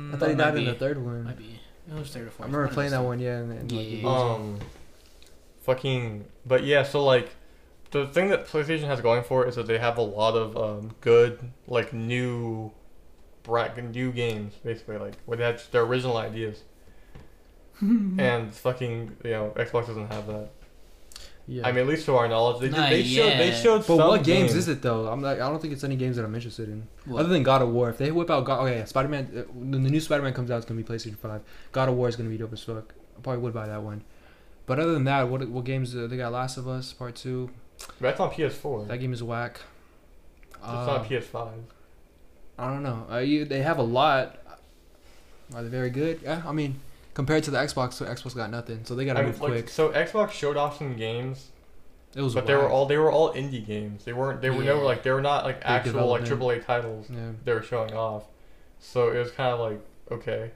A: know.
B: I thought he
A: Mm, might
B: died
A: be.
B: in the third one.
A: Might be. It was third or fourth.
B: I remember
A: One of
B: playing
A: those.
B: that one, yeah. And, and like,
A: Yeah.
B: it was-
C: Um, fucking. But yeah, so like, the thing that PlayStation has going for it is that they have a lot of um, good like new, bra- new games basically like where they had their original ideas. and fucking, you know, Xbox doesn't have that.
B: yeah.
C: Oh, I mean, at least to our knowledge, they,
A: Not
C: did, they showed they
A: yet.
C: showed
B: but
C: some
B: what games is it though? I'm like, I don't think it's any games that I'm interested in,
A: What?
B: other than God of War. If they whip out God, okay, Spider Man, uh, when the new Spider Man comes out, it's gonna be PlayStation Five. God of War is gonna be dope as fuck. I probably would buy that one. But other than that, what what games uh, they got? Last of Us Part Two.
C: That's on PS4.
B: That game is whack.
C: it's
B: Uh,
C: on PS5.
B: I don't know. Uh, you, they have a lot. Are they very good? Yeah, I mean, compared to the Xbox, so Xbox got nothing, so they gotta
C: I mean,
B: move
C: like,
B: quick.
C: so Xbox showed off some games,
B: It was.
C: but they were
B: whack.
C: all they were all indie games. They weren't they were no
A: Yeah.
C: like they were not like
B: Big
C: actual like
B: development.
C: AAA titles
B: Yeah.
C: they were showing off. So it was kind of like okay.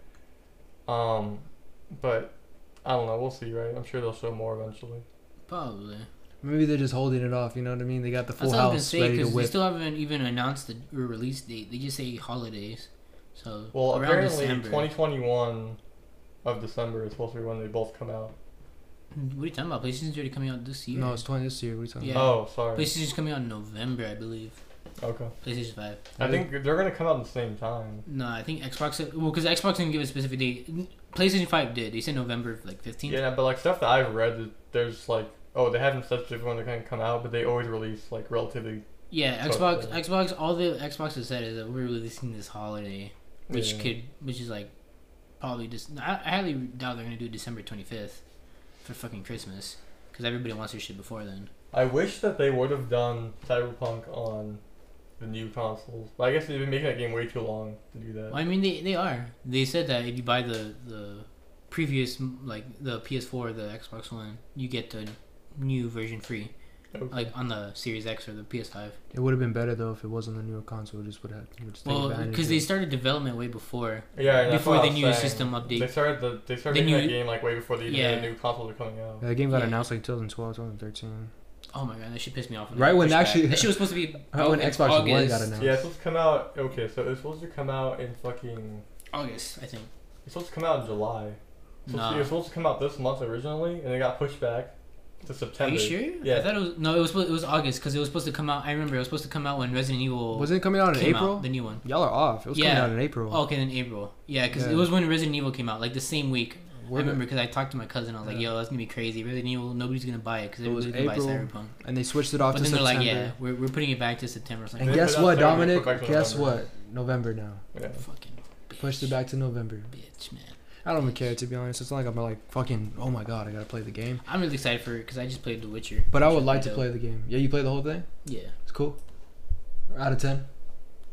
C: Um, but I don't know. We'll see, right? I'm sure they'll show more eventually.
A: Probably.
B: Maybe they're just holding it off. You know what I mean? They got the full
A: That's all I can
B: house
A: say
B: ready to
A: because they
B: whip.
A: still haven't even announced the re- release date. They just say holidays. So
C: Well,
A: around
C: apparently,
A: December.
C: 2021 of December is supposed to be when they both come out.
A: Hmm, What are you talking about? PlayStation's already coming out this year.
B: No, it's twenty this year. What are you talking
A: Yeah.
B: about?
C: Oh, sorry.
A: PlayStation's coming out in November, I believe.
C: Okay.
A: PlayStation Five.
C: I think they're gonna come out at the same time.
A: No, I think Xbox. Well, because Xbox didn't give a specific date. PlayStation Five did. They said November like fifteenth.
C: Yeah, but like stuff that I've read, that there's like, oh, they haven't said specifically when they're gonna come out, but they always release like relatively.
A: Yeah,
C: Fuck
A: Xbox.
C: that.
A: Xbox. All the Xbox has said is that we're releasing this holiday, which
C: Yeah.
A: could, which is like, probably just. I, I highly doubt they're gonna do December twenty fifth, for fucking Christmas, because everybody wants their shit before then.
C: I wish that they would have done Cyberpunk on the new consoles, but I guess they've been making that game way too long to do that.
A: Well, I mean, they they are. They said that if you buy the the previous m- like the PS4, or the Xbox One, you get the new version free,
C: Okay.
A: like on the Series X or the PS5.
B: It would have been better though if it wasn't the newer console. It just would have. would just take
A: Well,
B: advantage
A: because
B: of
A: they
B: it.
A: started development way before.
C: yeah, and that's
A: before
C: what I
A: the
C: was
A: new
C: saying.
A: system update.
C: They started the they started
A: The
C: making that
A: new-
C: game like way before the,
A: Yeah.
C: the new consoles are coming out.
B: Yeah, the game got
A: Yeah.
B: announced like 2012, 2013.
A: Oh my god, that shit pissed me off.
B: Right when
A: Pushback.
B: actually-
A: that shit was supposed to be
B: *laughs* Right when
A: in
B: Xbox One got
A: Oh, August.
B: announced.
C: Yeah, it's supposed to come out. Okay, so it's supposed to come out in fucking.
A: August, I think.
C: It's supposed to come out in July. It's supposed to- It
A: No.
C: was supposed to come out this month originally, and it got pushed back to
A: Are
C: September.
A: you sure? I
C: Yeah.
A: thought it was no. It was supposed- it was August because it was supposed to come out. I remember it was supposed to come out when Resident Evil
B: Wasn't it coming out in
A: came
B: April?
A: out, the new one.
B: Y'all are off. It was
A: Yeah.
B: coming out in April.
A: Oh, okay, then April. Yeah, because
B: Yeah.
A: it was when Resident Evil came out, like the same week.
B: We're-
A: I remember because I talked to my cousin. I was like,
B: Yeah.
A: "Yo, that's gonna be crazy. Resident Evil, nobody's gonna buy it because
B: It was
A: everybody's gonna buy
B: April,
A: Cyberpunk."
B: And they switched it off
A: But
B: to
A: then
B: September.
A: they're like, "Yeah, we're, we're putting it back to September." or something.
B: And
C: They
B: guess
C: put it
B: what,
C: out Saturday,
B: Dominic?
C: put it back to
B: Guess
C: November.
B: what? November now.
C: Yeah.
A: fucking bitch.
B: Pushed it back to November.
A: bitch, man.
B: I don't even care to be honest. It's not like I'm like fucking. Oh my god, I gotta play the game.
A: I'm really excited for it because I just played The Witcher.
B: But I
A: which
B: would
A: is
B: like to
A: dope.
B: play the game. Yeah, you play the whole thing.
A: Yeah,
B: It's cool. Out of ten.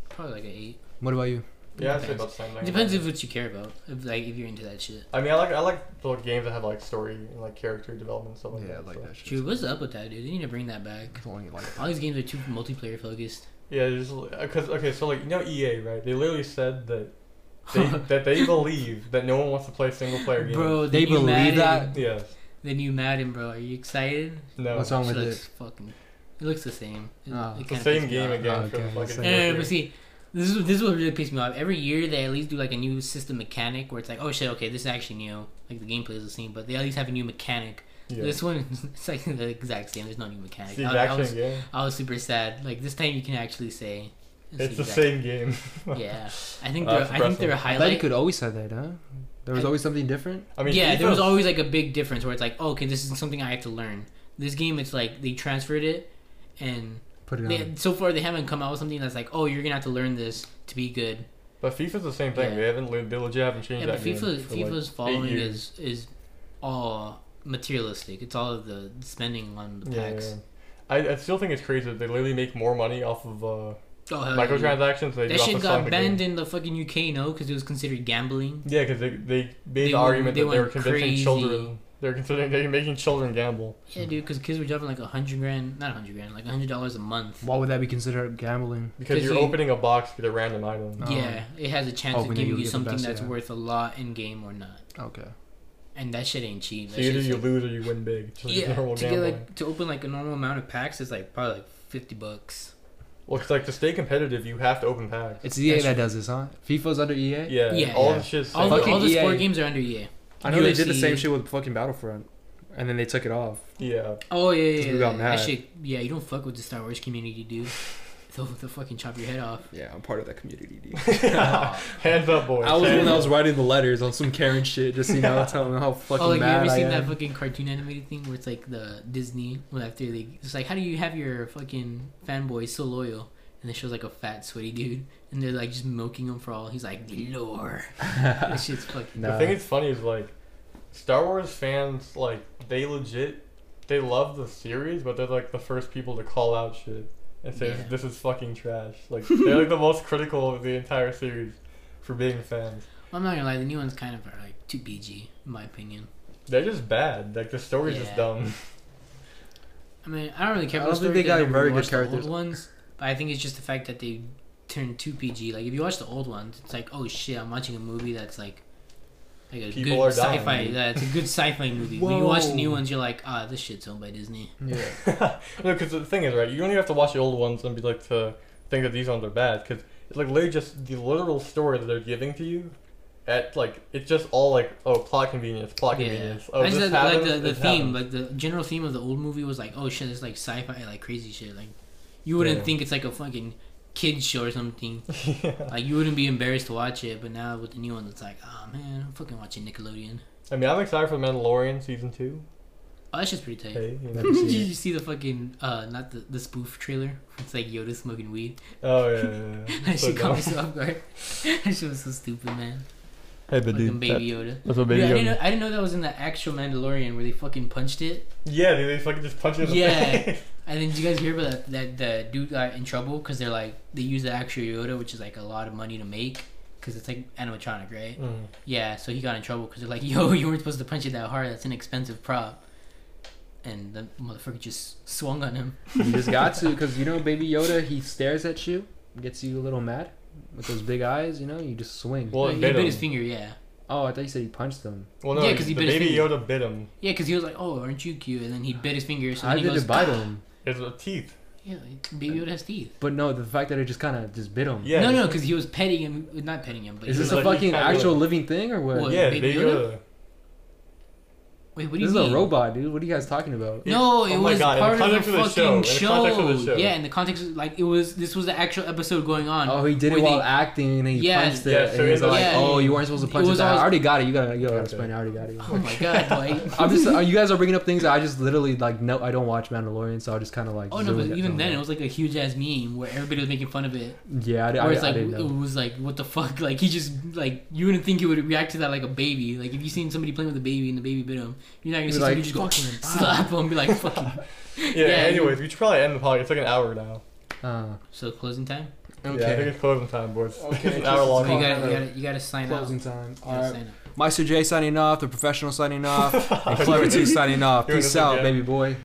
A: probably like an eight.
B: What about you?
C: Yeah, I'd say
A: Depends.
C: about the same thing.
A: It depends if what you care about. If, like if you're into that shit.
C: I mean, I like I like the games that have like story and like character development and stuff like
B: Yeah, I
C: that.
B: like
C: so.
B: that shit.
A: Dude, what's up with that, dude? They need to bring that back.
B: It's only like
A: All these games are too multiplayer focused.
C: Yeah, just because okay, so like you know EA, right? They literally said that
A: *laughs*
C: they that they believe that no one wants to play single player games.
A: Bro, the
B: They
A: new
B: believe
A: Madden,
B: that?
C: Yes.
A: The new Madden, bro. Are you excited?
C: No.
B: What's wrong
A: It
B: with
A: looks
B: it?
A: fucking. It looks the same. It,
B: Oh.
A: it
C: It's the
A: kinda
C: same
A: pisses me
C: game
A: off.
C: again. for
B: Okay,
C: the
B: same.
C: fucking
A: No, no, no,
C: player.
A: Oh, but see, this is this is what really pisses me off. Every year they at least do like a new system mechanic where it's like, oh shit, okay, this is actually new. Like the gameplay is the same, but they at least have a new mechanic.
C: yeah.
A: This one, it's like the exact same. There's no new
C: it's
A: mechanic.
C: the
A: I- I
C: exact
A: was-
C: same game.
A: I was super sad. Like this time, you can actually say
C: It's the
A: exact-
C: same game. *laughs*
A: *laughs* Yeah, I think
C: Uh,
A: they're,
C: that's
A: I think
C: impressive.
A: they're
B: I bet it
A: highlight.
B: could always said that, huh? There was
A: I-
B: always something different.
C: I mean,
A: yeah, there was
C: FIFA-
A: always like a big difference where it's like, oh, okay, this is something I have to learn. This game, it's like they transferred it, and
B: Put it on.
A: they, so far they haven't come out with something that's like, oh, you're gonna have to learn this to be good.
C: But FIFA's the same thing.
A: Yeah.
C: They haven't li- they legit haven't changed
A: Yeah, but
C: that game.
A: FIFA,
C: for,
A: FIFA's
C: like, eight
A: following
C: years.
A: is is all materialistic. It's all of the spending on the
C: Yeah,
A: packs.
C: yeah. I, I still think it's crazy that they literally make more money off of uh,
A: Oh, hell yeah, dude.
C: microtransactions.
A: That
C: than They do off
A: shit
C: of
A: got
C: selling the game.
A: banned in the fucking UK, no, because it was considered gambling.
C: Yeah, because they they made
A: They
C: the
A: went-
C: argument
A: they
C: that they were
A: went
C: convincing
A: crazy.
C: children. They're considering they're making children gamble.
A: Yeah, dude, because kids were dropping like a hundred grand, not a hundred grand, like a hundred dollars a month.
B: Why would that be considered gambling?
C: Because
A: 'Cause
C: you're
A: you-
C: opening a box with a random item.
B: No.
A: Yeah, it has a chance
B: Oh,
A: of
B: when you
A: giving
B: get
A: you
B: the
A: something
B: best,
A: that's
B: yeah.
A: worth a lot in game or not.
B: Okay.
A: And that shit ain't cheap.
C: So
A: That
C: either
A: shit's
C: you
A: like-
C: lose or you win big. Just like
A: yeah,
C: normal
A: to get
C: gambling.
A: like to open like a normal amount of packs is like probably like fifty bucks.
C: well, it's like to stay competitive, you have to open packs.
B: It's EA
A: That's-
B: that does this, huh? FIFA's under E EA.
C: Yeah,
A: Yeah.
C: all
B: Yeah.
C: the shit's
A: All the,
B: Fucking
A: all the
B: EA.
A: sport games are under EA.
B: I know they did the
A: UFC.
B: same shit with fucking Battlefront, and then they took it off. *laughs*
C: e- yeah.
A: Oh yeah, yeah,
B: 'Cause
A: yeah.
B: we got
A: that
B: mad.
A: shit- yeah, you don't fuck with the Star Wars community, dude. They'll, they'll fucking chop your head off.
B: Yeah, I'm part of that community, dude.
A: *laughs*
C: Hands up, boys.
B: I was
C: Hands
B: when I was
C: up.
B: writing the letters on some Karen shit, just
A: *laughs*
B: you know, telling them how fucking
A: oh, like
B: mad
A: you ever
B: I
A: seen
B: am.
A: that fucking cartoon animated thing where it's like the Disney when after they it's like how do you have your fucking fanboy so loyal and it shows like a fat sweaty dude and they're like just milking him for all he's like
B: *laughs*
A: lore that shit's fucking
C: The
B: Nah.
C: thing that's funny is like, Star Wars fans like they legit, they love the series, but they're like the first people to call out shit and say
A: Yeah.
C: this is fucking trash. Like they're like the most critical of the entire series for being fans.
A: I'm not gonna lie the new ones kind of are like too BG in my opinion
C: They're just bad. Like the story's just
A: Yeah.
C: dumb.
A: I mean I don't really care
B: I
A: about
B: don't
A: the story
B: think they
A: 'cause I
B: got
A: never
B: very good
A: watched the old
B: characters.
A: ones but I think it's just the fact that they turned too PG. Like if you watch the old ones, it's like, oh shit, I'm watching a movie that's like, like a
C: People
A: good
C: are dying.
A: sci-fi. Yeah, it's a good sci-fi movie. When you watch the new
B: Whoa.
A: ones, you're like, ah, this shit's owned by Disney.
B: Yeah.
C: no, because the thing is, right, you don't even have to watch the old ones and be like to think that these ones are bad, because it's like literally just the literal story that they're giving to you. At like, it's just all like, oh, plot convenience, plot
A: Yeah,
C: convenience. Oh,
A: I just
C: this
A: like, like
C: happens,
A: the, the
C: this
A: theme,
C: happens.
A: like the general theme of the old movie was like, oh shit, it's like sci-fi, like crazy shit. Like you wouldn't
C: Yeah.
A: think it's like a fucking kids show or something.
C: *laughs*
A: Like you wouldn't be embarrassed to watch it. But now with the new ones, it's like, oh man, I'm fucking watching Nickelodeon.
C: I mean, I'm excited for Mandalorian season two.
A: Oh, that's just pretty tight.
C: Hey, you know.
B: Never
A: *laughs* Did
B: seen
A: you see the fucking uh not the, the spoof trailer? It's like Yoda smoking weed. *laughs*
C: oh yeah, yeah, yeah.
A: That
C: So
A: shit caught
C: dumb.
A: me so off guard. *laughs* That shit was so stupid, man.
C: *laughs* Hey, but
A: Fucking
C: dude, that-
A: baby Yoda.
C: that's
A: Dude,
C: what baby.
A: I,
C: Yeah,
A: didn't know, I didn't know that was in the actual Mandalorian where they fucking punched it.
C: yeah, dude, they fucking just punch it in the
A: Yeah.
C: face. *laughs*
A: And then did you guys hear about that? That the dude got in trouble because they're like they use the actual Yoda, which is like a lot of money to make because it's like animatronic, right?
C: Mm.
A: Yeah. So he got in trouble because they're like, *laughs* "Yo, you weren't supposed to punch it that hard. That's an expensive prop." And the motherfucker just swung on him.
B: You just got to, because you know, Baby Yoda, he stares at you, gets you a little mad with those big eyes. You know, you just swing.
C: Well, it
A: he
C: bit
A: bit
C: him.
A: his finger. Yeah.
B: Oh, I thought you said he punched them.
C: Well, no,
A: Yeah, 'cause he
C: the
A: bit his
C: baby
A: finger.
C: Yoda bit him.
A: Yeah, because he was like, "Oh, aren't you cute?" And then he bit his finger. So
B: I
A: then he
B: did
A: goes,
B: it bite
A: "Ah."
B: him,
C: It's a teeth.
A: *gasps* Yeah, baby Yoda has teeth.
B: but no, the fact that it just kind of just bit him.
C: Yeah.
A: no, no,
C: it's-
A: because he was petting him. Not petting him, but
B: Is
A: he was
B: this a
A: like,
C: like,
B: fucking
C: he kinda
B: actual
C: like-
B: living thing or what?
A: What?
C: yeah,
A: Baby
C: baby
A: Yoda?
C: Yoda.
A: "Wait, what do you
B: This is
A: mean?"
B: a robot, dude. What are you guys talking about?
C: Yeah.
A: No, it
C: Oh my
A: was
C: God, in
A: part
C: the
A: of the
C: context of the show,
A: fucking
C: in the context of the show.
A: Yeah, in the context of like it was this was the actual episode going on.
B: Oh, he did
A: Where
B: it while
A: they-
B: acting, and he
A: Yeah.
B: punched it.
C: Yeah,
B: and he's
C: so it was-
B: like,
A: Yeah.
B: "Oh, you weren't supposed to
A: It
B: punch it."
A: was
B: that.
A: always-
B: I already got it. You gotta, you gotta
C: Okay.
B: explain. it. I already got it.
A: *laughs* Oh my
B: *laughs*
A: god, like
B: I'm just. uh, You guys are bringing up things that I just literally like. No, I don't watch Mandalorian, so I just kind of like.
A: Oh no,
B: zoomed
A: but
B: at
A: even
B: some
A: then it
B: of
A: was like a huge ass meme where everybody was making fun of it.
B: it. Yeah, I, di- I,
A: Where it's
B: I
A: like
B: didn't know.
A: it was like what the fuck? Like he just like you wouldn't think he would react to that like a baby. Like if you seen somebody playing with a baby and the baby bit him, you're not gonna
B: He
A: see
B: was
A: somebody
B: like,
A: just go *laughs*
B: "Fucking
A: slap him and be like fucking.
C: Yeah,
A: Yeah,
C: anyways, we should probably end the podcast. It's like an hour now.
B: Uh,
A: So closing time.
C: Yeah, I think it's closing time, boys.
B: Okay,
C: it's an
B: just-
C: hour
A: So
C: long.
A: you gotta you gotta you gotta sign up. You
B: Closing time.
A: gotta
B: All right.
A: sign up.
C: *laughs*
B: *laughs* Meister J signing off. The professional signing off. and Clever Two signing off.
C: Doing
B: Peace
C: this
B: out,
C: again.
B: baby boy.